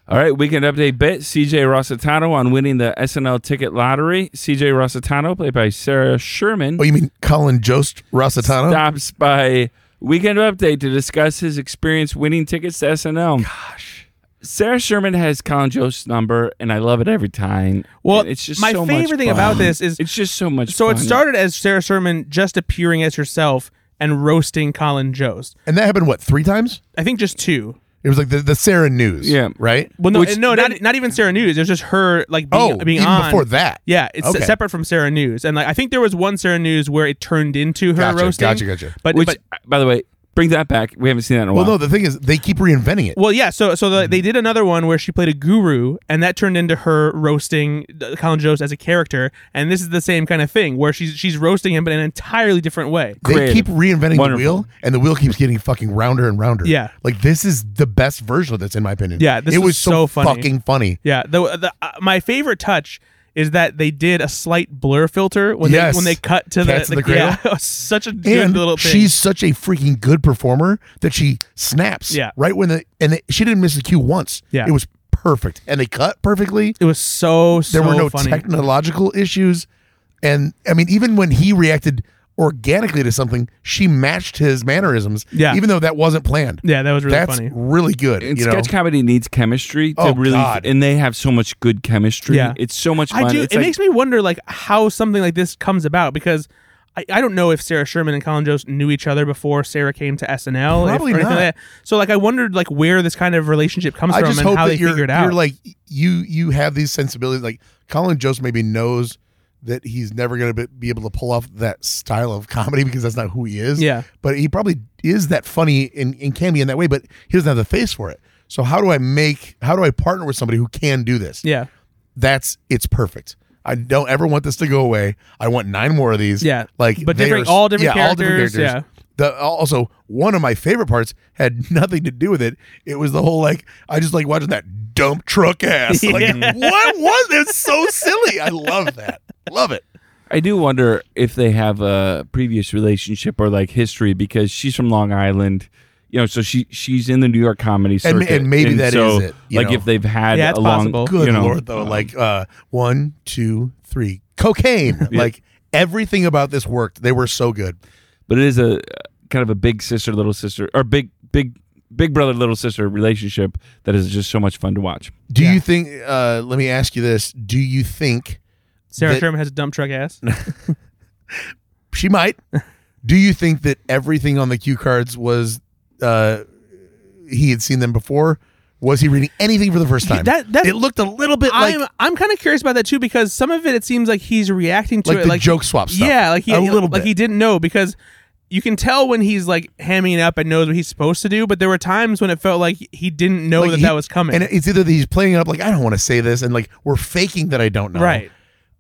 D: All right, weekend update bit. CJ Rossitano on winning the SNL ticket lottery. CJ Rossitano, played by Sarah Sherman,
B: Oh, you mean Colin Jost
C: Oh.
B: Rossitano?
D: stops by Weekend Update to discuss his experience winning tickets to SNL. Gosh. Sarah Sherman has Colin Jost's number, and I love it every time.
C: Well,
D: And it's just
C: my
D: so much
C: favorite thing
D: fun.
C: about this is
D: it's just so much.
C: So
D: fun.
C: it started as Sarah Sherman just appearing as herself and roasting Colin Jost.
B: And that happened what three times?
C: I think just two.
B: It was like the, the Sarah news,
D: Yeah.
B: right?
C: Well, no,
D: Which-
C: no, not, not even Sarah News. It was just her like being,
B: Oh,
C: being
B: even
C: on
B: before that.
C: Yeah, it's
B: Okay.
C: separate from Sarah News, and like I think there was one Sarah News where it turned into her
B: Gotcha,
C: roasting.
B: gotcha, gotcha.
C: But,
D: Which,
C: but
D: by the way, bring that back. We haven't seen that in a
B: Well,
D: while.
B: no, the thing is, they keep reinventing it.
C: well, yeah. So so the,
B: Hmm.
C: they did another one where she played a guru, and that turned into her roasting uh, Colin Jost as a character. And this is the same kind of thing where she's she's roasting him, but in an entirely different way.
B: They
D: Creative.
B: keep reinventing
D: Wonderful.
B: the wheel, and the wheel keeps getting fucking rounder and rounder.
C: Yeah.
B: like this is the best version of this, in my opinion.
C: Yeah, this
B: it
C: is
B: was so,
C: so funny.
B: fucking funny.
C: Yeah, the, the uh, my favorite touch is that they did a slight blur filter when
B: Yes.
C: they when they cut to
B: Cats
C: the,
B: in the cradle.
C: yeah, such a good
B: And
C: little thing.
B: she's such a freaking good performer that she snaps.
C: Yeah.
B: right when the and the, she didn't miss the cue once.
C: Yeah.
B: it was perfect, and they cut perfectly.
C: it was so so
B: There were no
C: funny.
B: technological issues, and I mean, even when he reacted organically to something, she matched his mannerisms.
C: Yeah.
B: even though that wasn't planned.
C: yeah, that was really
B: That's
C: funny.
B: really good.
D: and
B: you know?
D: sketch comedy needs chemistry to
B: Oh,
D: really,
B: God.
D: and they have so much good chemistry.
C: Yeah.
D: It's so much fun.
C: I do.
D: It's
C: it
D: like-
C: makes me wonder like how something like this comes about because. I, I don't know if Sarah Sherman and Colin Jost knew each other before Sarah came to SNL. if-
B: Probably
C: or anything
B: not.
C: like that. So like I wondered like where this kind of relationship comes
B: I
C: from
B: just
C: and
B: hope
C: how
B: that
C: they
B: you're,
C: figured it out.
B: you're like you you have these sensibilities. Like Colin Jost maybe knows that he's never going to be able to pull off that style of comedy because that's not who he is.
C: Yeah.
B: but he probably is that funny and, and can be in that way, but he doesn't have the face for it. So how do I make? How do I partner with somebody who can do this?
C: yeah.
B: That's it's perfect. I don't ever want this to go away. I want nine more of these.
C: Yeah.
B: like
C: But
B: they
C: different-
B: are-
C: all different characters,
B: The, also, one of my favorite parts had nothing to do with it. It was the whole like I just like watching that dump truck ass. Like what was it's so silly. I love that. Love it.
D: I do wonder if they have a previous relationship or like history because she's from Long Island. you know, so she she's in the New York comedy
B: And
D: circuit,
B: ma- and maybe that
D: that
B: is
D: is
B: it, you
D: Like
B: know.
D: if they've had
C: Yeah, it's
D: a long,
C: possible.
B: Good
D: you know,
B: lord,
C: um,
B: though.
D: uh,
B: like uh, one, two, three, cocaine.
D: Yeah.
B: Like everything about this worked. They were so good.
D: but it is a uh, kind of a big sister little sister or big big big brother little sister relationship that is just so much fun to watch.
B: Do
C: Yeah.
B: you think? Uh, let me ask you this: Do you think
C: Sarah
B: That-
C: Sherman has a dump truck ass.
B: she might? do you think that everything on the cue cards was uh, he had seen them before? Was he reading anything for the first time?
C: That- that's-
B: it looked a little bit like
C: I'm I'm kind of curious about that too because some of it it seems like he's reacting to
B: like
C: it
B: the
C: like
B: joke swap stuff.
C: Yeah, like he
B: a little
C: like
B: bit.
C: he didn't know because you can tell when he's like hamming up and knows what he's supposed to do, but there were times when it felt like he didn't know
B: Like,
C: that
B: he-
C: that was coming.
B: and it's either that he's playing it up like I don't want to say this, and like we're faking that I don't know.
C: right.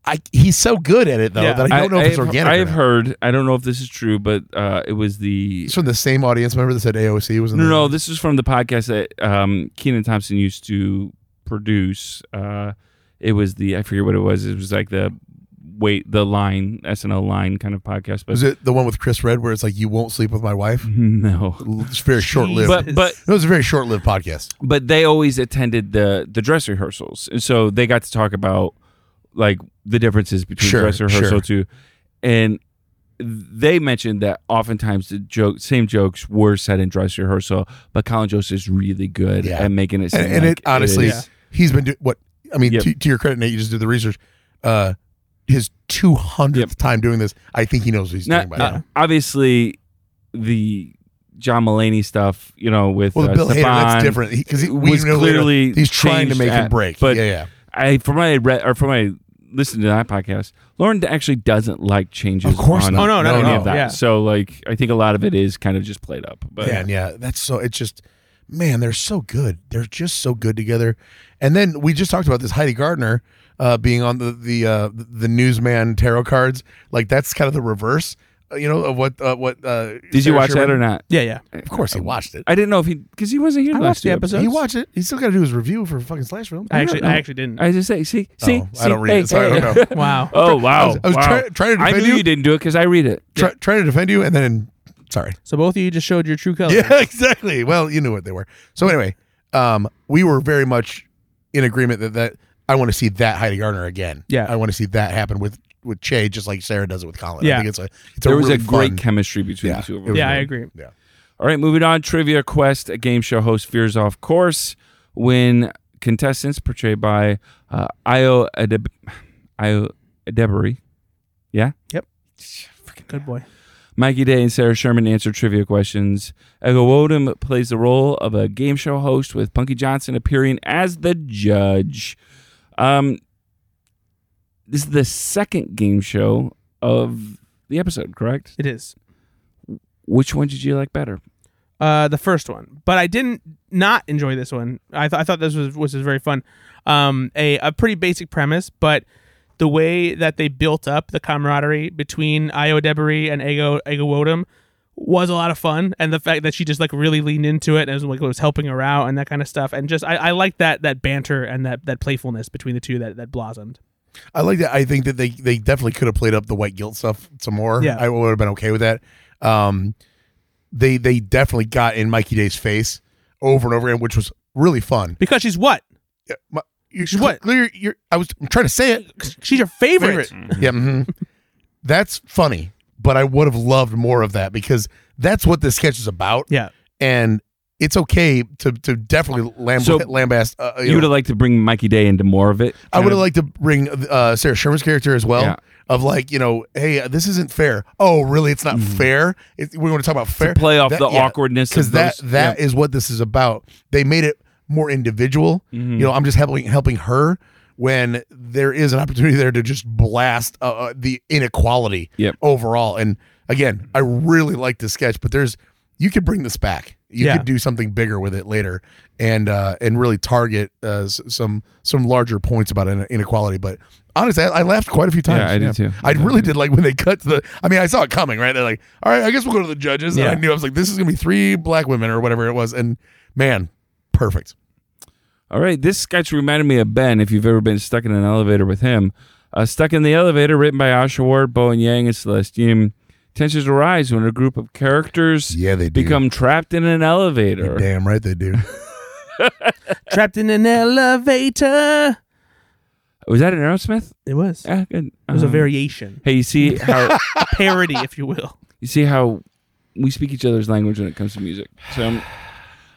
B: I, he's so good at it though
C: Yeah.
B: that I don't know if it's
D: I've-
B: organic. or
D: I've
B: not.
D: heard. I don't know if this is true, but uh, it was the
B: It's from the same audience member that said AOC was in
D: no,
B: the
D: no. This is from the podcast that um, Keenan Thompson used to produce. Uh, it was the I forget what it was. It was like the wait the line SNL line kind of podcast, but
B: Was it the one with Chris Red where it's like you won't sleep with my wife?
D: no.
B: It's very short lived.
D: But but
B: It was a very short lived podcast.
D: but they always attended the the dress rehearsals, and so they got to talk about like the differences between
B: Sure,
D: dress rehearsal
B: sure.
D: too, and they mentioned that oftentimes the joke same jokes were said in dress rehearsal, but Colin Jost is really good
B: Yeah.
D: at making it. Seem
B: And, and
D: like
B: it honestly,
D: is.
B: he's been doing what I mean,
D: Yep.
B: to, to your credit, Nate, you just did the research. Uh, his 200th
D: Yep.
B: time doing this, I think he knows what he's
D: Now,
B: doing by
D: uh,
B: now.
D: obviously the John Mulaney stuff, you know, with
B: Well, the
D: uh,
B: Bill Hader,
D: Stephon
B: that's different because he, we
D: was
B: know later
D: clearly
B: he's trying to
D: changed
B: make him
D: at-
B: break.
D: but
B: yeah, yeah.
D: I from what I read or from what I listened to that podcast, Lauren actually doesn't like changes.
B: Of course
D: on
B: not.
C: Oh, no, no,
D: any
C: no,
D: of that.
C: yeah.
D: So like, I think a lot of it is kind of just played up. But
B: Man, yeah, that's so. It's just, man, they're so good. They're just so good together. And then we just talked about this Heidi Gardner uh, being on the the uh, the newsman tarot cards. Like that's kind of the reverse, uh, you know, of what uh, what. Uh,
D: did you watch that or not?
C: Yeah, yeah.
B: Of course, he watched it.
D: I didn't know if he because he wasn't here
C: I
D: last
C: watched the
D: year.
C: episode.
B: He watched it. He's still got to do his review for fucking slash film.
C: I
D: I
C: actually
D: don't know.
C: I actually didn't.
D: I just say, see, see,
B: Oh, I
D: see,
B: don't read
D: hey,
B: it, so I
D: hey.
B: don't know.
C: wow.
D: oh wow!
B: I was, I was
D: wow.
B: try- trying to
D: I
B: defend
D: knew
B: you,
D: you, didn't do it because I read it.
B: try- trying to defend you, and then sorry.
C: So both of you just showed your true colors.
B: Yeah, exactly. Well, you knew what they were. So anyway, um, we were very much in agreement that that I want to see that Heidi Gardner again.
C: Yeah.
B: I want to see that happen with with Che, just like Sarah does it with Colin.
C: Yeah.
B: I think it's a it's
D: there
B: a
D: was
B: really
D: a great
B: fun-
D: chemistry between
B: Yeah,
D: the two of
B: it
D: them.
B: was
C: Yeah, I
B: good.
C: agree.
B: Yeah,
D: All right, moving on. Trivia Quest, a game show host, veers off course when contestants portrayed by uh, Io Adeb- Io Adebari, yeah,
C: Yep. Good boy.
D: Mikey Day and Sarah Sherman answer trivia questions. Ego Wodum plays the role of a game show host, with Punky Johnson appearing as the judge. Um, this is the second game show of the episode, correct?
C: It is.
D: Which one did you like better?
C: Uh, the first one, but I didn't not enjoy this one. I, th- I thought this was was was very fun. Um, a a pretty basic premise, but the way that they built up the camaraderie between Io Debris and Ego Ego Wodum was a lot of fun, and the fact that she just like really leaned into it and was, like was helping her out and that kind of stuff, and just I, I like that that banter and that that playfulness between the two that that blossomed.
B: I like that. I think that they they definitely could have played up the white guilt stuff some more.
C: Yeah.
B: I would have been okay with that. Um, they they definitely got in Mikey Day's face over and over again, which was really fun.
C: Because she's what?
B: Yeah, my- you-
C: What?
B: Clear, you're, I was I'm trying to say it.
C: She's your favorite.
B: yeah, mhm. that's funny. But I would have loved more of that because that's what this sketch is about,
C: Yeah.
B: and it's okay to to definitely lamb-
D: So,
B: lambast. Uh, you
D: You would
B: know.
D: have liked to bring Mikey Day into more of it.
B: I
D: kind
B: would
D: of?
B: have liked to bring uh, Sarah Sherman's character as well.
D: Yeah.
B: Of like, you know, hey, uh, this isn't fair. Oh, really? It's not fair. It, we want to talk about fair.
D: play off the
B: yeah,
D: awkwardness
B: because
D: of
B: that that
D: those-
B: is what this is about. They made it more individual.
D: Mm-hmm.
B: You know, I'm just helping helping her when there is an opportunity there to just blast uh, uh, the inequality
D: Yep.
B: overall. And again, I really like the sketch, but there's you could bring this back. You
C: Yeah.
B: could do something bigger with it later, and uh, and really target uh, s- some some larger points about ine- inequality. But honestly, I, I laughed quite a few times.
D: Yeah, I did too.
B: I really did like when they cut to the. I mean, I saw it coming, right? They're like, all right, I guess we'll go to the judges.
C: Yeah.
B: And I knew I was like, this is gonna be three black women or whatever it was, and man, perfect.
D: All right, this sketch reminded me of Ben. If you've ever been stuck in an elevator with him, uh, stuck in the elevator, written by Asha Ward, Bowen Yang, and Celeste Yim. tensions arise when a group of characters
B: Yeah, they do.
D: become trapped in an
B: You're
D: elevator.
B: damn right they do.
C: Trapped in an elevator.
D: Was that an Aerosmith?
C: It was. It
D: Yeah, good.
C: was a
D: Um,
C: variation,
D: Hey, you see how
C: a parody, if you will.
D: you see how we speak each other's language when it comes to music. So, um,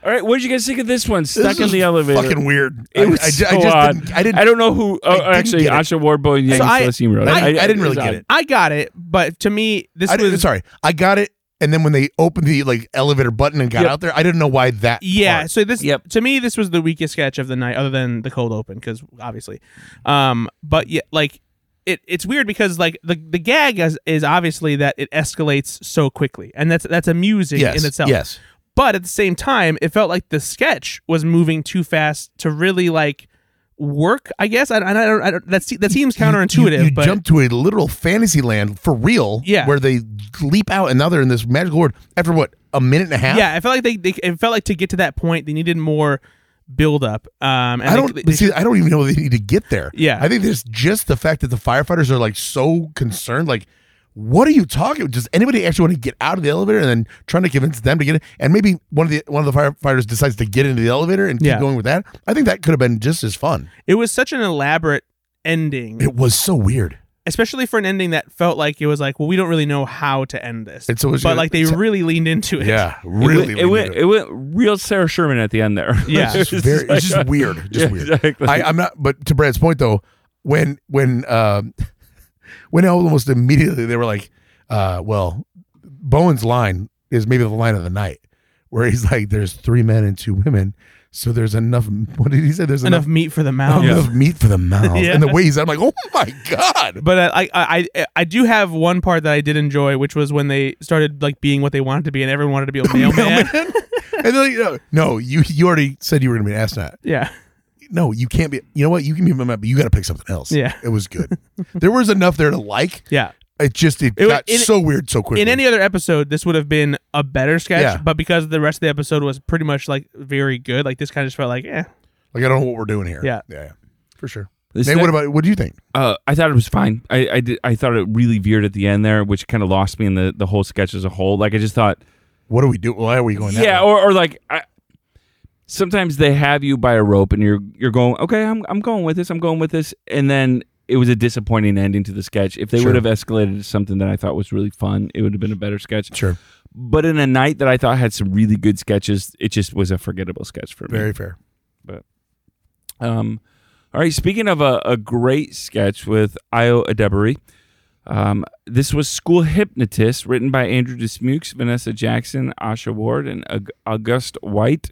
D: all right, what did you guys think of this one? Stuck
B: This
D: in
B: is
D: the elevator.
B: Fucking weird.
D: It was
B: I, I, ju- I
D: so
B: just
D: odd.
B: didn't, I didn't.
D: I don't know who. Oh,
B: didn't
D: actually,
B: get it.
D: Asha Warbo and Yang
C: So I-
D: Celestine wrote it.
B: I- I didn't really
D: was
B: get
D: odd.
B: it.
C: I got it, but to me, this
B: I
C: was
B: didn't sorry. I got it, and then when they opened the like elevator button and got
D: Yep.
B: out there, I didn't know why that.
C: Yeah.
B: part.
C: So this,
D: Yep.
C: to me, this was the weakest sketch of the night, other than the cold open, because obviously. Um, but yeah, like it, it's weird because like the the gag is, is obviously that it escalates so quickly, and that's that's amusing
B: yes,
C: in itself.
B: Yes.
C: But at the same time, it felt like the sketch was moving too fast to really like work. I guess I, I don't. I don't that, se- that seems counterintuitive.
B: You, you
C: but
B: jump to a literal fantasy land for real.
C: Yeah.
B: Where they leap out and now they're in this magical world after what a minute and a half.
C: yeah, I felt like they, they. It felt like to get to that point, they needed more build up. Um, and
B: I
C: they-
B: don't
C: they-
B: but see. I don't even know they need to get there.
C: Yeah.
B: I think there's just the fact that the firefighters are like so concerned. Like, what are you talking? Does anybody actually want to get out of the elevator and then trying to convince them to get in? And maybe one of the one of the firefighters decides to get into the elevator and
C: Yeah.
B: keep going with that. I think that could have been just as fun.
C: it was such an elaborate ending.
B: It was so weird.
C: especially for an ending that felt like it was like, well, we don't really know how to end this.
B: And so it was
C: but
B: gonna-
C: like they
B: it's-
C: really leaned into it.
B: really.
D: It went, it went. It went real Sarah Sherman at the end there.
C: Yeah.
B: It's just very. It's just weird. Just
D: Yeah,
B: weird.
D: exactly.
B: I, I'm not. But to Brad's point, though, when when uh, when almost immediately they were like, uh, "Well, Bowen's line is maybe the line of the night," where he's like, "There's three men and two women, so there's enough." What did he say? There's
C: Enough
B: enough.
C: meat for the mouth.
B: Enough meat for the mouth,
C: Yeah.
B: and the way he's, I'm like, oh my god!
C: But uh, I, I I I do have one part that I did enjoy, which was when they started like being what they wanted to be, and everyone wanted to be a mailman.
B: And they're like, no, no, you you already said you were gonna be an astronaut.
C: yeah,
B: No, you can't be. You know what? You can be a member, but you got to pick something else.
C: Yeah.
B: it was good. there was enough there to like.
C: yeah.
B: It just it,
C: It-
B: got
C: in-
B: so weird so quickly.
C: In any other episode, this would have been a better sketch,
B: Yeah.
C: but because the rest of the episode was pretty much like very good, like this kind of just felt like, eh.
B: Like I don't know what we're doing here.
C: Yeah.
B: yeah, for sure.
D: This
B: Nate,
D: ne-
B: what about what do you think?
D: uh, I thought it was fine. I I, did, I thought it really veered at the end there, which kind of lost me in the the whole sketch as a whole. Like I just thought,
B: What are we doing? Why are we going? That
D: yeah,
B: way?
D: or, or like I, sometimes they have you by a rope and you're you're going, okay, I'm I'm going with this, I'm going with this, and then it was a disappointing ending to the sketch. If they
B: Sure.
D: would have escalated to something that I thought was really fun, it would have been a better sketch.
B: sure,
D: But in a night that I thought had some really good sketches, it just was a forgettable sketch for me.
B: very fair.
D: Um, all right. Speaking of a, a great sketch with Io Adebari, um, this was School Hypnotist, written by Andrew Dismukes, Vanessa Jackson, Asha Ward, and Aug- August White.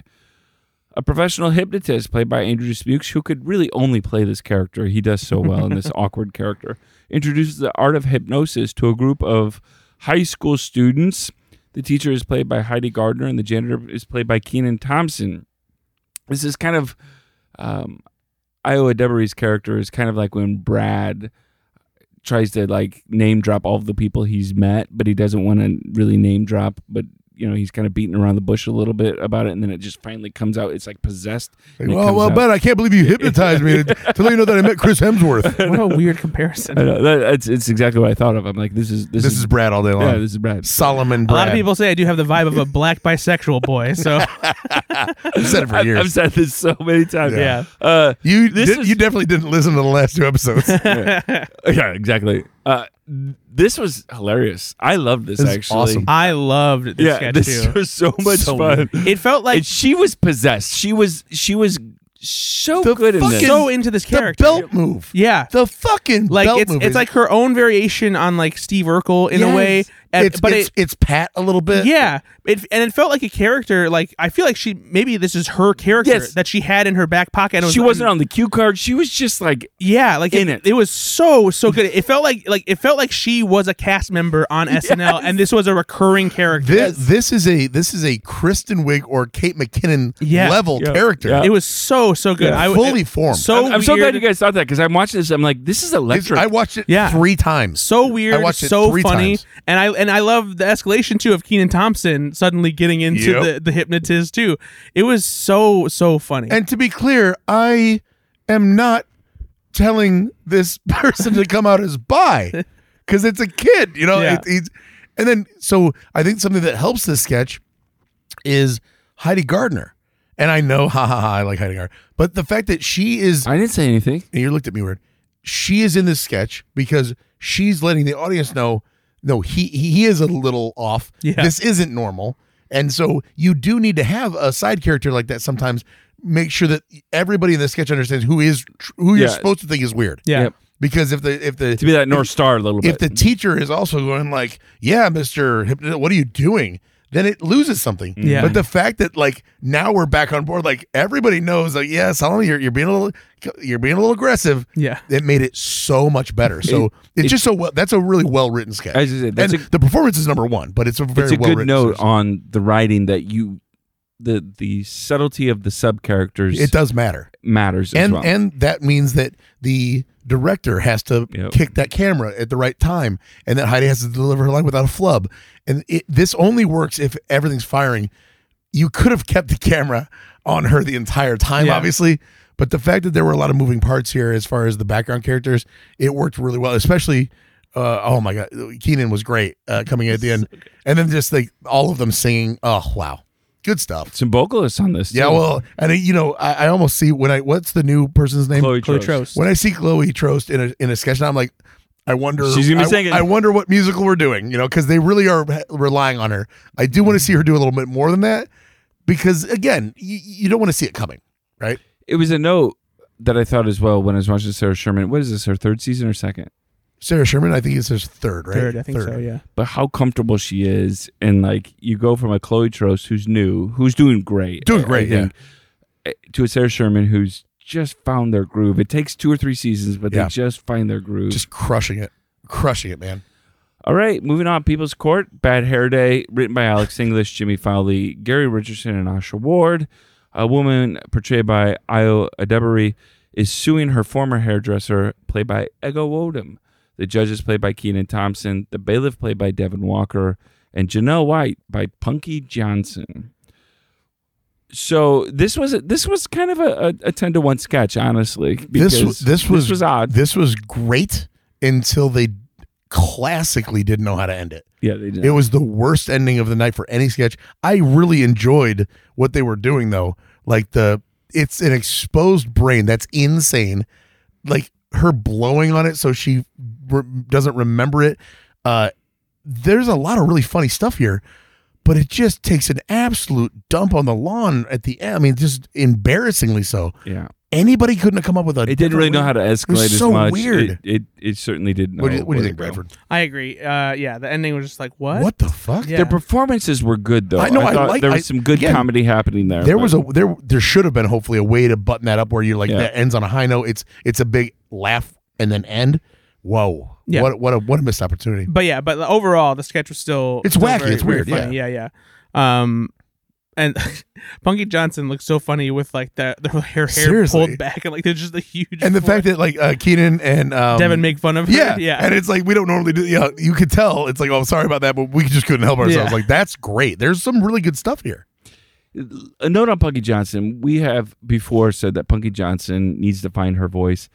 D: A professional hypnotist played by Andrew Dismukes, who could really only play this character. He does so well in this awkward character. Introduces the art of hypnosis to a group of high school students. The teacher is played by Heidi Gardner, and the janitor is played by Keenan Thompson. This is kind of um, Iowa Debery's character is kind of like when Brad tries to like name drop all of the people he's met, but he doesn't want to really name drop. But you know, he's kind of beating around the bush a little bit about it, and then it just finally comes out. It's like possessed.
B: Like,
D: and it
B: well,
D: comes
B: well,
D: out.
B: but I can't believe you hypnotized me to, to let you know that I met Chris Hemsworth.
C: What a weird comparison.
D: I know, that- it's it's exactly what I thought of. I'm like, this is this,
B: This is Brad all day long.
D: yeah, this is Brad.
B: Solomon
C: A
B: Brad.
C: lot of people say I do have the vibe of a black bisexual boy, so
B: I've said it for
D: I've,
B: years.
D: I've said this so many times.
C: Yeah.
D: Uh,
B: you
D: This
B: did,
D: is-
B: you definitely didn't listen to the last two episodes.
D: yeah, exactly. Uh, this was hilarious. I loved this,
B: This is
D: actually.
B: awesome.
C: I loved this
D: Yeah,
C: sketch
D: this
C: too.
D: was so much
B: So
D: fun.
C: It felt like
D: and she was possessed. She was she was so
B: The
D: good in this.
B: fucking-
C: so into this
B: the
C: character.
B: belt move.
C: yeah.
B: The fucking
C: Like
B: belt
C: it's
B: move
C: it's
B: is-
C: like her own variation on like Steve Urkel in a
B: Yes.
C: way. And-
B: it's,
C: but
B: it's,
C: it,
B: it's Pat a little bit.
C: yeah, it, and it felt like a character. Like I feel like she maybe this is her character
D: Yes.
C: that she had in her back pocket. And it was,
D: she wasn't on the cue card. She was just like
C: Yeah, like
D: in
C: it,
D: it.
C: was so so good. It felt like like it felt like she was a cast member on SNL, and this was a recurring character.
B: This, this is a this is a Kristen Wiig or Kate McKinnon
C: Yeah.
B: level
D: Yeah.
B: character.
D: Yeah.
C: it was so so good. I
B: fully
C: it,
B: formed.
C: So
D: I'm, I'm so
C: weird.
D: glad you guys thought that because I'm watching this. I'm like, this is
B: It's-
D: electric.
B: I watched it
C: Yeah.
B: three times.
C: so weird,
B: I watched it
C: so
B: three
C: funny,
B: times.
C: and I and I love the escalation too of Keenan Thompson suddenly getting into
B: Yep.
C: the the hypnotist too. It was so so funny.
B: And to be clear, I am not telling this person to come out as bi because it's a kid, you know.
C: Yeah.
B: It- he's- And then, so I think something that helps this sketch is Heidi Gardner. And I know, ha ha ha, I like Heidi Gardner. But the fact that she is,
D: I didn't say anything.
B: and you looked at me weird, she is in this sketch because she's letting the audience know, no, he he he is a little off.
C: Yeah.
B: This isn't normal. And so you do need to have a side character like that sometimes. Make sure that everybody in the sketch understands who is tr- who you're
D: Yeah.
B: supposed to think is weird.
C: Yeah.
D: Yep.
B: Because if the if the
D: To be that North Star a little
B: if the
D: bit.
B: teacher is also going like, "Yeah, Mister, what are you doing?" Then it loses something.
D: Mm-hmm.
C: Yeah.
B: But the fact that like now we're back on board, like everybody knows, like, "Yeah, Solomon, you're you're being a little, you're being a little aggressive."
C: Yeah.
B: It made it so much better. So it's just so well. That's a really well written sketch.
D: As you said, that's
B: and
D: a-
B: the performance is number one, but it's a very
D: it's a
B: well
D: good
B: written.
D: note on the writing that you, the the subtlety of the sub characters
B: It does matter,
D: matters as
B: and
D: well.
B: and that means that the director has to
D: Yep.
B: kick that camera at the right time, and that Heidi has to deliver her line without a flub. And it, this only works if everything's firing. You could have kept the camera on her the entire time,
C: Yeah.
B: obviously, but the fact that there were a lot of moving parts here as far as the background characters, it worked really well. Especially, uh, oh my god, Keenan was great uh, coming in at the end, and then just like all of them singing. Oh wow, good stuff.
D: Some vocalists on this.
B: Yeah,
D: too.
B: well, and uh, you know, I, I almost see when I what's the new person's name?
D: Chloe,
C: Chloe
D: Trost.
C: Trost.
B: When I see Chloe Trost in a in a sketch, now I'm like, I wonder.
D: She's gonna be
B: I-
D: singing.
B: I wonder what musical we're doing, you know, because they really are he- relying on her. I do
C: Mm-hmm.
B: want to see her do a little bit more than that, because again, you, you don't want to see it coming, right?
D: It was a note that I thought as well when I was watching Sarah Sherman. What is this? Her third season or second?
B: Sarah Sherman, I think it's his third, right?
C: Third, I think so. Yeah.
D: But how comfortable she is, and like you go from a Chloe Trost who's new, who's doing great,
B: Doing
D: I- I
B: great,
D: think, eh, to a Sarah Sherman who's just found their groove. It takes two or three seasons, but
B: Yeah.
D: they just find their groove.
B: Just crushing it, crushing it, man.
D: All right, moving on. People's Court, Bad Hair Day, written by Alex English, Jimmy Fowley, Gary Richardson, and Asha Ward. A woman portrayed by Io Adebari is suing her former hairdresser, played by Ego Odom. The judge is played by Keenan Thompson, the bailiff played by Devin Walker, and Janelle White by Punky Johnson. So this was this was kind of a, a, a ten to one sketch, honestly.
B: This
D: because
B: w- this was-
D: this was odd.
B: This was great until they classically didn't know how to end it.
D: Yeah, they did.
B: It was the worst ending of the night for any sketch. I really enjoyed what they were doing though. Like the it's an exposed brain that's insane. Like her blowing on it so she re- doesn't remember it. Uh there's a lot of really funny stuff here, but it just takes an absolute dump on the lawn at the end. I mean, just embarrassingly so.
D: yeah.
B: Anybody couldn't have come up with a
D: It didn't really know how to escalate as
B: so
D: much.
B: weird.
D: It, it it certainly didn't.
B: What do you,
D: know
B: what do you
D: where
B: think,
D: to go.
B: Bradford?
C: I agree. Uh, yeah. The ending was just like what?
B: What, the fuck?
C: Yeah.
D: Their performances were good though.
B: I know, I
D: thought
B: like-
D: there was
B: I-
D: some good
B: again,
D: comedy happening there.
B: there
D: but-
B: was a there there should have been hopefully a way to button that up where you're like
D: Yeah.
B: that ends on a high note. It's it's a big laugh and then end. Whoa.
C: Yeah.
B: What what a what a missed opportunity.
C: But yeah, but overall, the sketch was still
B: It's
C: still
B: wacky,
C: very-
B: it's
C: very
B: weird,
C: funny. Yeah, yeah. Um, and Punky Johnson looks so funny with like the, the her hair
B: Seriously.
C: pulled back and like there's just a huge
B: And the fact that like uh, Keenan and um,
C: Devin make fun of her.
B: yeah,
C: yeah.
B: and it's like we don't normally do. Yeah, you could tell. It's like, oh, sorry about that, but we just couldn't help ourselves.
C: Yeah.
B: Like that's great. There's some really good stuff here.
D: a Uh, note on Punky Johnson. We have before said that Punky Johnson needs to find her voice.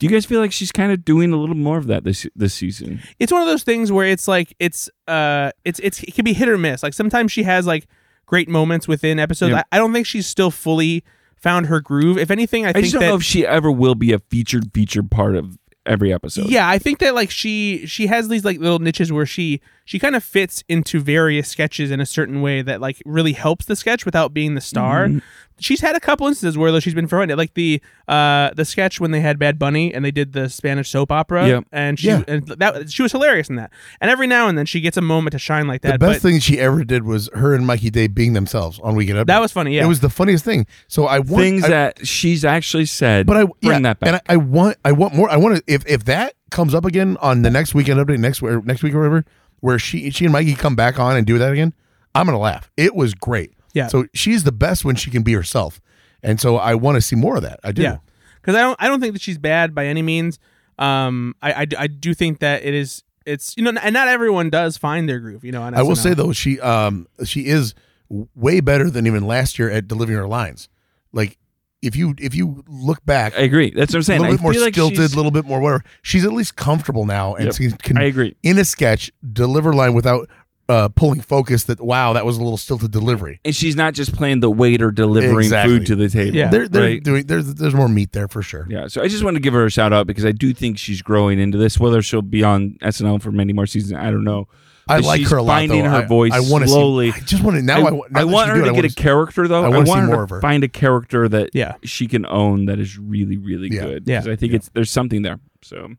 D: Do you guys feel like she's kind of doing a little more of that this this season?
C: it's one of those things where it's like it's uh it's it's it can be hit or miss. Like sometimes she has like great moments within episodes.
D: Yeah.
C: I, I don't think she's still fully found her groove. If anything, I,
D: I
C: think
D: just don't
C: that
D: know if she ever will be a featured featured part of every episode.
C: yeah i think that like she she has these like little niches where she she kind of fits into various sketches in a certain way that like really helps the sketch without being the star
B: Mm-hmm.
C: she's had a couple instances where though she's been thrown it like the uh the sketch when they had bad bunny and they did the spanish soap opera
D: Yep.
C: and she
B: Yeah.
C: and that she was hilarious in that and every now and then she gets a moment to shine like that
B: the best
C: but
B: thing she ever did was her and Mikey Day being themselves on Weekend Update.
C: that was funny yeah
B: It was the funniest thing. So I want,
D: things
B: I-
D: that she's actually said.
B: But I yeah,
D: bring that back.
B: And I, I want I want more. I want to if if that comes up again on the next weekend update next or next week or whatever, where she she and Mikey come back on and do that again, I'm gonna laugh. It was great.
C: Yeah.
B: So she's the best when she can be herself, and so I want to see more of that. I do.
C: Yeah, because I don't I don't think that she's bad by any means. Um, I, I, I do think that it is it's you know and not everyone does find their groove. You know, and
B: I will
C: that's
B: say
C: enough.
B: though, she um she is w- way better than even last year at delivering her lines. Like if you if you look back.
D: I agree. That's what I'm
B: a
D: saying.
B: little
D: I
B: bit more
D: feel like
B: stilted,
D: she's-
B: a little bit more whatever. She's at least comfortable now, and
D: Yep.
B: she can
D: I agree.
B: in a sketch deliver line without uh, pulling focus that wow, that was a little stilted delivery.
D: and she's not just playing the waiter delivering
B: Exactly.
D: food to the table.
C: Yeah.
B: They're, they're
D: Right.
B: doing there's there's more meat there for sure.
D: Yeah, so I just wanted to give her a shout out because I do think she's growing into this. Whether she'll be on SNL for many more seasons, I don't know.
B: I
D: But
B: like
D: she's
B: her a lot.
D: Finding
B: though.
D: her
B: I-
D: voice
B: I, wanna see-
D: slowly.
B: I just want to now.
D: I,
B: I, now
D: I
B: that
D: want
B: you
D: her
B: do it,
D: to
B: I
D: get
B: wanna
D: a character though.
B: I
D: I,
B: wanna
D: want
B: see
D: her
B: more
D: to
B: of her.
D: find a character that
C: Yeah.
D: she can own that is really really
B: Yeah.
D: good.
C: Yeah.
D: because I think it's there's something there. So,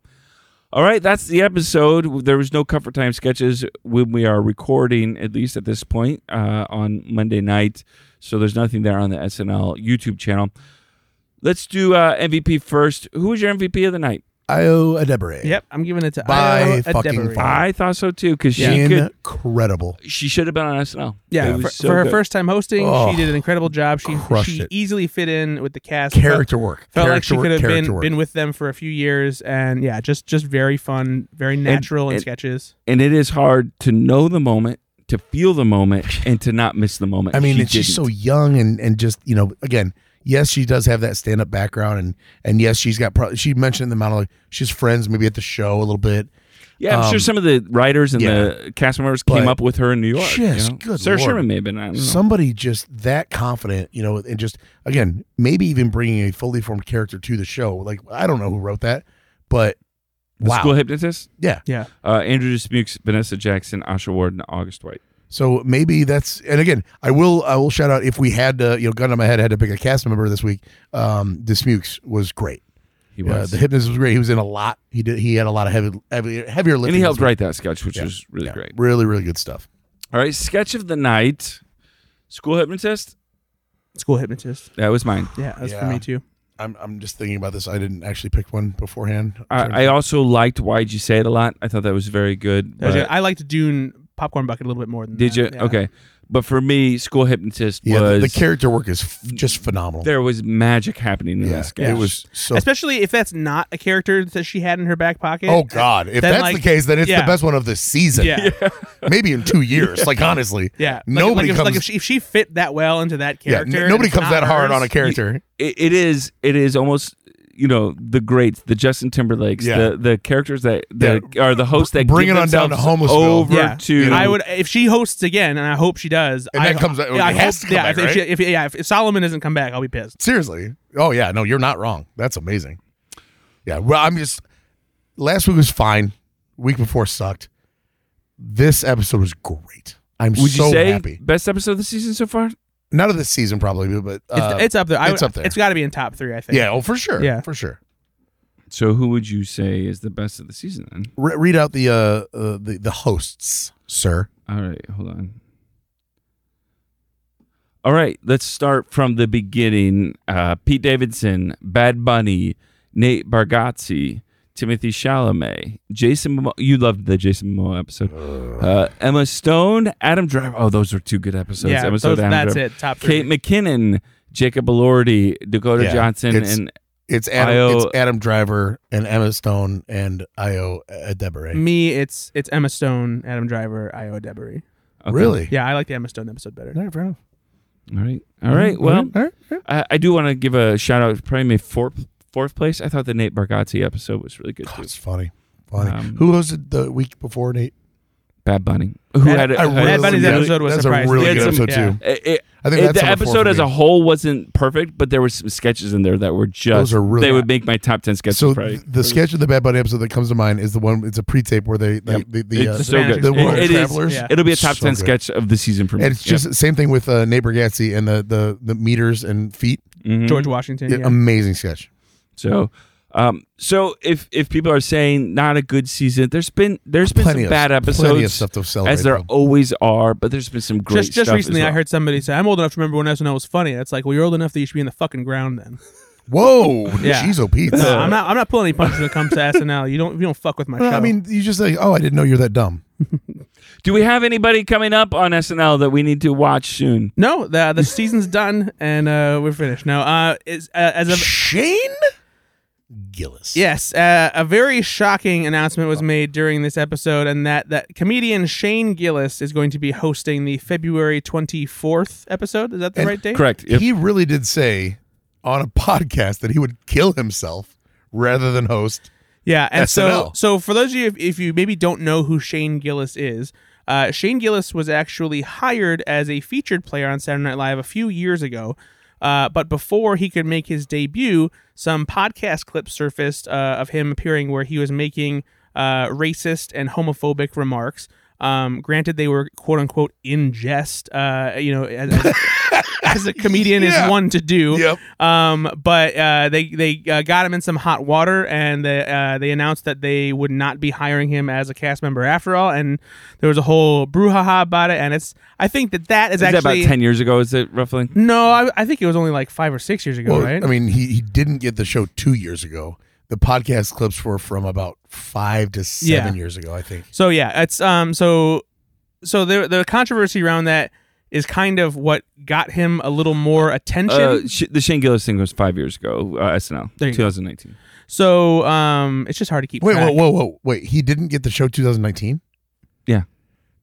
D: all right, that's the episode. There was no comfort time sketches when we are recording, at least at this point uh, on Monday night. So there's nothing there on the SNL YouTube channel. Let's do uh, MVP first. Who was your MVP of the night?
B: Io Adebere.
C: Yep, I'm giving it to
B: By
C: Io
B: fucking
C: Adebari.
B: far.
D: I thought so too because she could.
B: Incredible.
D: She should have been on SNL. It
C: Yeah,
D: was
C: for,
D: so
C: for her
D: good.
C: first time hosting,
B: Oh,
C: she did an incredible job. She
B: crushed
C: she
B: it.
C: easily fit in with the cast.
B: Character work.
C: Felt
B: character
C: like she
B: work,
C: could have
B: character
C: been
B: work.
C: been with them for a few years, and yeah, just just very fun, very natural in
D: and-
C: sketches.
D: and it is hard to know the moment, to feel the moment, and to not miss the moment.
B: I mean,
D: She
B: and she's
D: didn't.
B: so young and and just you know again. Yes, she does have that stand up background, and and yes, she's got. Pro- she mentioned in the monologue she's friends maybe at the show a little bit.
D: Yeah, I'm
B: um,
D: sure some of the writers and the cast members came
B: But
D: up with her in New York.
B: just
D: you know?
B: good
D: Sarah
B: Lord.
D: Sherman may have been. I don't know.
B: Somebody just that confident, you know, and just again maybe even bringing a fully formed character to the show. Like I don't know who wrote that, but
D: The
B: wow,
D: School hypnotist.
B: yeah.
C: Yeah,
D: Uh, Andrew Dismukes, Vanessa Jackson, Asha Ward, and August White.
B: So maybe that's and again, I will I will shout out if we had to, you know, gun on my head, had to pick a cast member this week. Um, Dismukes was great.
D: He
B: Uh,
D: was.
B: the hypnotist was great. He was in a lot. He did. He had a lot of heavy, heavy heavier lifting.
D: and he helped
B: this week.
D: write that sketch, which was really
B: Yeah,
D: great.
B: Really, really good stuff.
D: All right, sketch of the night. School hypnotist.
C: school hypnotist.
D: That was mine.
C: Yeah, that's for
B: Yeah.
C: me too.
B: I'm I'm just thinking about this. I didn't actually pick one beforehand.
D: I, I also liked Why'd You Say It a lot. I thought that was very good.
C: That was
D: but-
C: it. I liked Dune popcorn bucket a little bit more than
D: Did
C: that.
D: you?
C: Yeah.
D: Okay. But for me, School Hypnotist
B: yeah, the,
D: was
B: the character work is f- just phenomenal.
D: there was magic happening in
B: yeah,
D: that sketch.
B: it was so.
C: Especially if that's not a character that she had in her back pocket.
B: Oh God! If
C: Then,
B: that's
C: like-
B: the case, then it's
C: yeah.
B: the best one of the season.
C: Yeah.
B: Maybe in two years. Like honestly,
C: Yeah, Like- like,
B: Nobody
C: if,
B: comes.
C: like if she, if she fit that well into that
B: yeah,
C: character.
B: n-
C: and
B: nobody
C: it's
B: comes
C: not
B: that hard
C: hers-
B: on a character.
D: It, it is. It is almost. You know the greats, the Justin Timberlakes,
B: Yeah.
D: the the characters that the are the hosts that
B: Bring
D: give
B: it on down to
D: themselves
B: Homelessville.
D: over
C: Yeah,
D: to.
C: I would if she hosts again, and I hope she does.
B: And
C: I,
B: that comes out-
C: yeah, I
B: it
C: hope,
B: has to come
C: yeah,
B: back,
C: if, if
B: right?
C: she- if- yeah, if Solomon doesn't come back, I'll be pissed.
B: Seriously. Oh yeah, no, you're not wrong. That's amazing. Yeah, well, I'm just last week was fine. Week before sucked. This episode was great. I'm
D: Would you
B: so
D: say
B: happy.
D: best episode of the season so far?
B: Not of this season probably, but uh,
C: it's, it's up there. I
B: it's
C: would-
B: up there.
C: It's got to be in top three. I think.
B: yeah, oh for sure.
C: Yeah.
B: for sure.
D: So who would you say is the best of the season? Then
B: Re- read out the uh, uh the the hosts, sir.
D: all right, hold on. All right, let's start from the beginning. Uh, Pete Davidson, Bad Bunny, Nate Bargatze, Timothy Chalamet, Jason. Momoa. You loved the Jason Momoa episode. Uh, Emma Stone, Adam Driver. Oh, those were two good episodes.
C: yeah.
D: Emma Stone,
C: those-
D: Adam
C: that's
D: Driver.
C: it. Top three.
D: Kate McKinnon, Jacob Elordi, Dakota
B: Yeah,
D: Johnson,
B: it's-
D: and
B: It's Adam.
D: Io-
B: it's Adam Driver and Emma Stone and uh, Io
D: Mm,
B: Adebere.
C: Me, it's it's Emma Stone, Adam Driver, Io Debris.
D: Okay.
B: Really?
C: Yeah, I like the Emma Stone episode better.
D: Mm-hmm.
B: All right, fair enough. Mm-hmm.
D: All right, all right. Well,
B: all right, all right.
D: I, I do want to give a shout out. Probably my fourth fourth place. I thought the Nate Bargatze episode was really good
B: God,
D: too.
B: it's funny. Funny.
D: Um,
B: Who hosted the week before Nate?
D: Bad Bunny, who
C: Bad-
D: had a-
B: I
D: had-
B: really-
C: Bad Bunny's
B: yeah,
C: episode was
B: that's
C: surprising.
B: a really
D: He
B: good
D: had some-
B: episode too.
D: it- it-
B: I
D: it-
B: think that's number
D: the
B: four
D: episode
B: for
D: as
B: me.
D: a whole wasn't perfect, but there were some sketches in there that were just
B: Those are really-
D: they would make my top ten sketches.
B: So
D: probably.
B: th- the sketch of the Bad Bunny episode that comes to mind is the one. It's a pre-tape where they, they
D: Yep.
B: the, the, uh,
D: it's so good.
B: the
C: Spanish
B: world
D: It- it is-
B: travelers.
C: yeah.
D: It'll be a top
B: So
D: ten
B: good.
D: sketch of the season for me.
B: And it's just the same thing with uh, Neighbor Gatsby and the, the the meters and feet.
D: Yeah. Mhm.
C: George Washington.
B: Yeah,
C: Yeah.
B: Amazing sketch.
D: So, um, so if if people are saying not a good season, there's been there's been
B: Plenty
D: some
B: of
D: bad episodes,
B: plenty of stuff to celebrate.
D: as there
B: though.
D: always are, but there's been some great
C: just just
D: stuff as
C: recently, I
D: well.
C: heard somebody say, "I'm old enough to remember when SNL was funny." It's like, well, you're old enough that you should be in the fucking ground then.
B: Whoa,
C: Yeah.
B: she's oh Pete.
C: No, I'm not. I'm not pulling any punches when it comes to SNL. You don't. You don't fuck with my show.
B: I mean, you just like, oh, I didn't know you're that dumb.
D: Do we have anybody coming up on SNL that we need to watch soon?
C: no. The the season's done and uh, we're finished. No. Uh, is uh, as of
B: Shane Gillis.
C: yes, uh, a very shocking announcement was made during this episode, and that that comedian Shane Gillis is going to be hosting the February 24th episode. Is that the
B: And-
C: right date?
D: Correct. If-
B: he really did say on a podcast that he would kill himself rather than host.
C: Yeah, and so
B: SNL.
C: so for those of you if, if you maybe don't know who Shane Gillis is, Uh, Shane Gillis was actually hired as a featured player on Saturday Night Live a few years ago. Uh, but before he could make his debut, some podcast clips surfaced uh, of him appearing where he was making uh, racist and homophobic remarks. Um, granted, they were quote unquote in jest, uh, you know, as, as- as a comedian
B: Yeah.
C: is one to do.
B: Yep.
C: Um, but uh, they they uh, got him in some hot water, and they uh, they announced that they would not be hiring him as a cast member after all. And there was a whole brouhaha about it. And it's I think that that is,
D: Is that
C: actually
D: about ten years ago? Is it roughly?
C: no, I, I think it was only like five or six years ago,
B: Well,
C: right?
B: I mean, he, he didn't get the show two years ago. The podcast clips were from about five to seven
C: Yeah.
B: years ago, I think.
C: So yeah, it's um so so the the controversy around that is kind of what got him a little more attention.
D: Uh, sh- the Shane Gillis thing was five years ago. Uh, SNL,
C: There you go.
D: 2019.
C: so um it's just hard to keep
B: Wait,
C: track.
B: whoa, whoa, whoa. Wait, he didn't get the show 2019?
D: Yeah.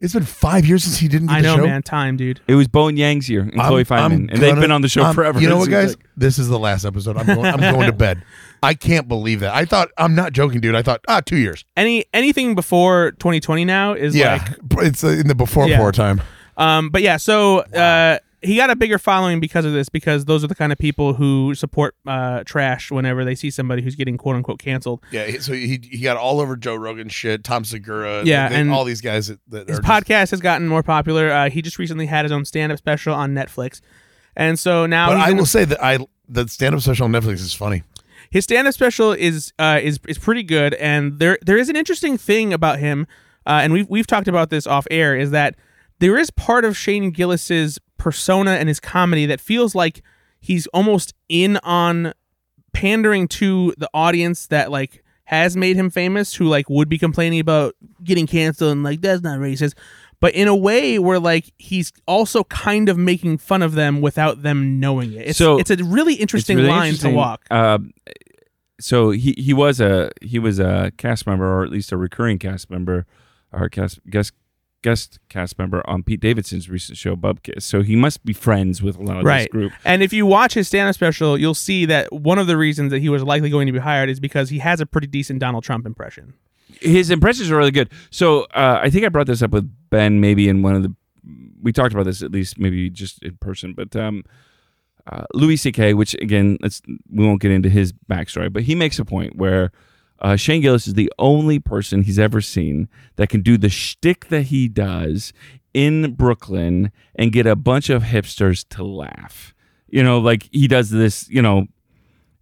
B: It's been five years since he didn't get
C: I
B: the
C: know,
B: show.
C: man, time, dude.
D: It was Bowen Yang's year and
B: I'm-
D: Chloe Feynman,
B: I'm
D: and they've
B: gonna-
D: been on the show
B: I'm-
D: forever.
B: You know
D: It
B: what,
D: seems
B: guys?
D: like.
B: This is the last episode. I'm going, I'm going to bed. I can't believe that. I thought, I'm not joking, dude. I thought, ah, two years.
C: Any anything before 2020 now is like
B: it's uh, in the before
C: Yeah.
B: four time.
C: Um, but yeah, so uh, he got a bigger following because of this, because those are the kind of people who support uh, trash whenever they see somebody who's getting quote unquote canceled.
B: Yeah, he- so he he got all over Joe Rogan shit, Tom Segura,
C: Yeah,
B: they-
C: and
B: all these guys that, that
C: His
B: are just-
C: podcast has gotten more popular. Uh, he just recently had his own stand up special on Netflix. And so now
B: But
C: he's
B: I
C: in-
B: will say that I the stand up special on Netflix is funny.
C: his stand up special is uh, is is pretty good, and there there is an interesting thing about him, uh, and we've we've talked about this off air, is that there is part of Shane Gillis's persona and his comedy that feels like he's almost in on pandering to the audience that like has made him famous, who like would be complaining about getting canceled and like that's not racist. But in a way where like he's also kind of making fun of them without them knowing it. It's,
D: So-
C: it's a really
D: It's
C: interesting
D: really
C: line
D: interesting.
C: to walk.
D: Um, so he, he was a he was a cast member, or at least a recurring cast member, or cast guest guest cast member on Pete Davidson's recent show Bubkiss. So he must be friends with a lot of this
C: Right.
D: group.
C: And if you watch his stand-up special, you'll see that one of the reasons that he was likely going to be hired is because he has a pretty decent Donald Trump impression.
D: his impressions are really good. So uh, I think I brought this up with Ben maybe in one of the we talked about this at least maybe just in person, but um, uh, Louis C.K. Which again, let's we won't get into his backstory, but he makes a point where uh, Shane Gillis is the only person he's ever seen that can do the shtick that he does in Brooklyn and get a bunch of hipsters to laugh. You know, like he does this. You know,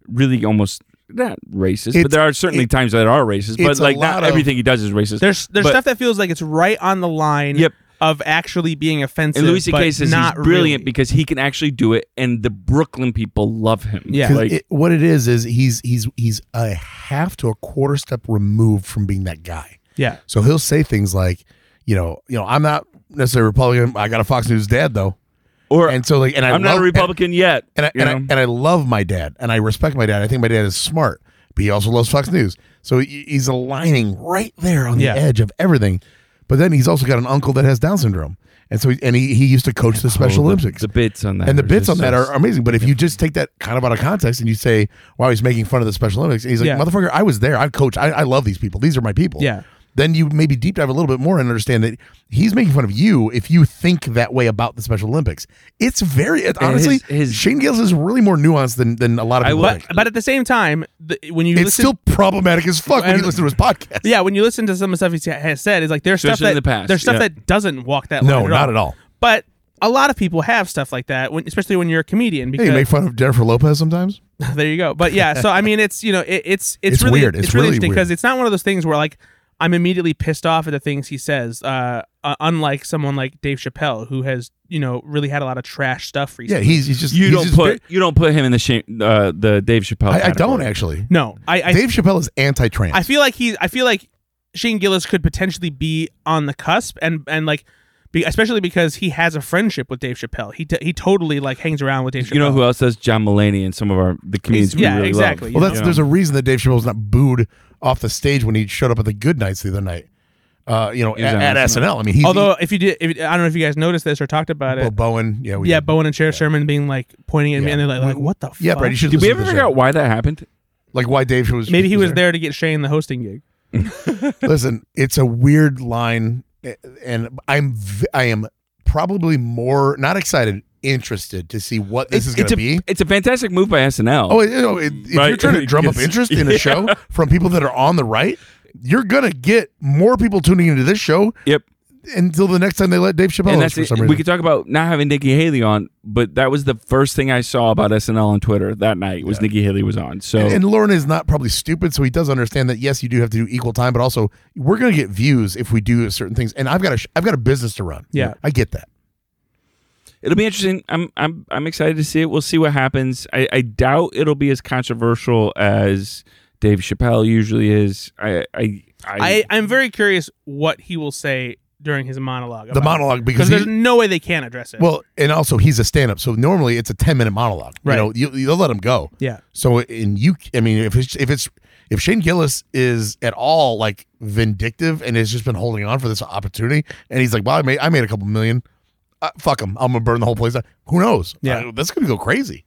D: really almost. Not racist,
B: It's-
D: but there are certainly
B: it-
D: times that are racist but
B: It's a
D: like not
B: lot of-
D: everything he does is racist.
C: There's there's
D: But-
C: stuff that feels like it's right on the line
D: Yep.
C: of actually being offensive.
D: and Louis C.K.
C: but
D: says
C: not
D: he's brilliant
C: really.
D: because he can actually do it, and the Brooklyn people love him.
C: Yeah.
B: 'Cause
D: like
B: it- what it is is he's he's he's a half to a quarter step removed from being that guy.
C: yeah.
B: So he'll say things like, you know, you know, I'm not necessarily Republican. I got a Fox News dad though,
D: or
B: and so like, and I
D: I'm not
B: love-
D: a Republican yet.
B: and I,
D: you
B: and, I,
D: know?
B: and I love my dad, and I respect my dad. I think my dad is smart, but he also loves Fox News. So he- he's aligning right there on the
C: Yeah.
B: edge of everything. But then he's also got an uncle that has Down syndrome, and so he, and he, he used to coach the Special
D: Oh, the-
B: Olympics.
D: The, bits on that,
B: and the
D: are
B: bits on
D: just
B: that
D: so-
B: are amazing. But if you just take that kind of out of context and you say, "Wow, he's making fun of the Special Olympics," and he's like,
C: Yeah.
B: "Motherfucker, I was there. I coach. I, I love these people. These are my people."
C: Yeah.
B: Then you maybe deep dive a little bit more and understand that he's making fun of you if you think that way about the Special Olympics. It's very it,
D: And
B: honestly,
D: his- his-
B: Shane Gales is really more nuanced than than a lot of
D: I
B: people
D: will-
B: think.
C: But but at the same time, the, when you
B: It's
C: listen,
B: still problematic as fuck when you
C: And-
B: listen to his podcast.
C: yeah, when you listen to some of the stuff he has said, is like there's
D: Especially
C: stuff that
D: in the past,
C: there's stuff
D: yeah.
C: that doesn't walk that
B: No,
C: line.
B: not at all.
C: But a lot of people have stuff like that, when, especially when you're a comedian. Because
B: Hey, you make fun of Jennifer Lopez sometimes.
C: there you go. But yeah, so I mean, it's you know, it, it's it's
B: It's
C: really
B: weird.
C: It's,
B: It's
C: really
B: really
C: interesting
B: weird.
C: because it's not one of those things where like I'm immediately pissed off at the things he says. Uh, uh, unlike someone like Dave Chappelle who has you know really had a lot of trash stuff
B: Yeah,
C: recently.
B: he's, he's just
D: you
B: he's
D: don't
B: just
D: put
B: very-
D: you don't put him in the Shane, uh, the Dave Chappelle.
B: I, I don't
D: category.
B: actually.
C: no, I I,
B: Dave Chappelle is anti-trans.
C: I feel like he I feel like Shane Gillis could potentially be on the cusp and and like. Be, especially because he has a friendship with Dave Chappelle. He t- he totally like hangs around with Dave Chappelle.
D: You know who else does? John Mulaney and some of our the comedians. we
C: yeah,
D: really
C: exactly.
D: Love.
B: Well, that's
D: Yeah.
B: there's a reason that Dave Chappelle was not booed off the stage when he showed up at the Good Nights the other night. Uh, you know,
D: He was
B: at,
D: on
B: at
D: SNL.
B: SNL. I mean, he's
C: Although if you did, if, I don't know if you guys noticed this or talked about
B: he,
D: uh,
B: well,
C: it.
B: Bowen. Yeah, we
C: yeah,
B: did.
C: Bowen and Chair Sherman being like pointing at me,
B: Yeah.
C: and they're like,
B: We-
C: like "What the
B: yeah,
C: fuck?"
B: Brad. You should.
D: Did we
B: listen
D: ever
B: to this
D: figure
B: show.
D: out why that happened?
B: like why Dave was?
C: Maybe he was there to get Shane the hosting gig.
B: Listen, it's a weird line and I'm v- I am probably more not excited, interested to see what this
D: It's-
B: is going
D: it's
B: to
D: a,
B: be.
D: It's a fantastic move by SNL.
B: Oh, you know, it- if you're
D: Right.
B: trying to drum up
D: Yes.
B: interest in a show from people that are on the right, you're gonna get more people tuning into this show
D: yep.
B: until the next time they let Dave Chappelle
D: and
B: host
D: that's
B: Oh, for
D: it.
B: some
D: we
B: reason.
D: could talk about not having Nikki Haley on, but that was the first thing I saw about SNL on Twitter that night was Nikki Haley was on. So
B: and Lauren is not probably stupid, so he does understand that yes, you do have to do equal time, but also we're gonna get views if we do certain things. And I've got a sh- I've got a business to run.
C: Yeah.
B: I get that.
D: it'll be interesting. I'm I'm I'm excited to see it. We'll see what happens. I, I doubt it'll be as controversial as Dave Chappelle usually is. I I,
C: I, I'm very curious what he will say during his monologue.
B: The monologue because
C: because there's
B: he,
C: no way they can address it.
B: Well, and also he's a stand-up, so normally it's a ten-minute monologue.
C: Right.
B: You know, you, you'll let him go.
C: Yeah.
B: So, and you, I mean, if it's if it's if Shane Gillis is at all like vindictive and has just been holding on for this opportunity, and he's like, "Well, I made I made a couple million. Uh, fuck him. I'm gonna burn the whole place down." Who knows?
C: Yeah.
B: Uh, that's gonna go crazy.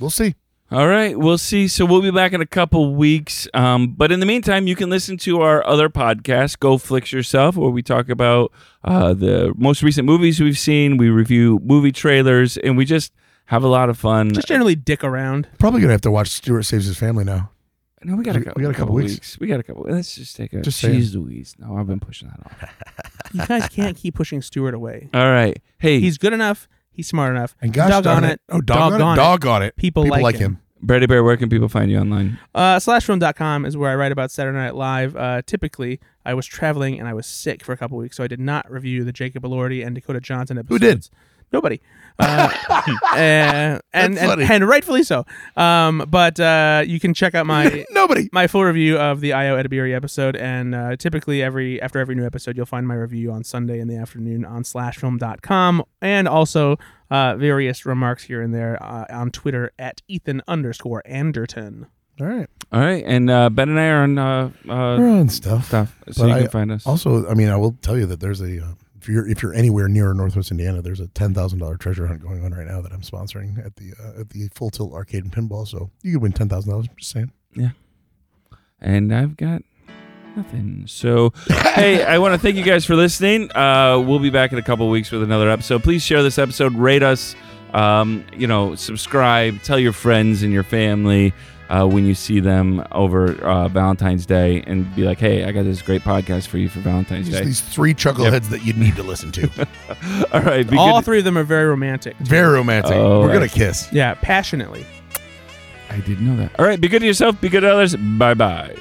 B: We'll see.
D: All right, we'll see. So we'll be back in a couple weeks. Um, but in the meantime, you can listen to our other podcast, Go Flix Yourself, where we talk about uh, the most recent movies we've seen. We review movie trailers, and we just have a lot of fun.
C: just generally dick around.
B: Probably gonna have to watch Stuart Saves His Family now.
D: no, we got a
B: we
D: couple,
B: got a couple weeks.
D: We got a couple. Let's just take a
B: Just saying.
D: cheese Louise. No, I've been pushing that off.
C: You guys can't keep pushing Stewart away.
D: All right, hey,
C: He's good enough. He's smart enough.
B: And gosh
C: Doggone
B: darn
C: it.
B: Oh, dog
C: Doggone
B: on it.
C: it.
B: Dog on it.
C: People like him.
D: Brady Bear. Where can people find you online?
C: Uh, slashfilm.com is where I write about Saturday Night Live. Uh, typically, I was traveling and I was sick for a couple weeks, so I did not review the Jacob Elordi and Dakota Johnson episodes.
B: did?
C: Nobody. Uh, uh, and, and, and,
B: funny.
C: rightfully so. Um, but uh, you can check out my.
B: Nobody.
C: My full review of the Io Edibiri episode, and uh, typically every after every new episode, you'll find my review on Sunday in the afternoon on slashfilm.com, and also uh, various remarks here and there uh, on Twitter at Ethan underscore Anderton.
B: All right.
D: All right, and uh, Ben and I are on uh,
B: We're
D: uh,
B: on stuff.
D: stuff, so
B: But
D: you can
B: I
D: find us.
B: Also, I mean, I will tell you that there's a uh, if you're if you're anywhere near Northwest Indiana, there's a ten thousand dollar treasure hunt going on right now that I'm sponsoring at the uh, at the Full Tilt Arcade and Pinball. So you could win ten thousand dollars. Just saying.
D: and I've got nothing. So, hey, I want to thank you guys for listening. Uh, we'll be back in a couple weeks with another episode. Please share this episode, rate us, um, you know, subscribe, tell your friends and your family uh, when you see them over uh, Valentine's Day, and be like, hey, I got this great podcast for you for Valentine's
B: Just
D: Day.
B: these three chuckleheads that you need to listen to.
D: All right, be
C: All
D: good.
C: three of them are very romantic.
B: Very romantic.
D: Oh,
B: We're gonna
D: right.
B: kiss.
C: Yeah, passionately.
D: I didn't know that. All right, be good to yourself, be good to others. Bye bye.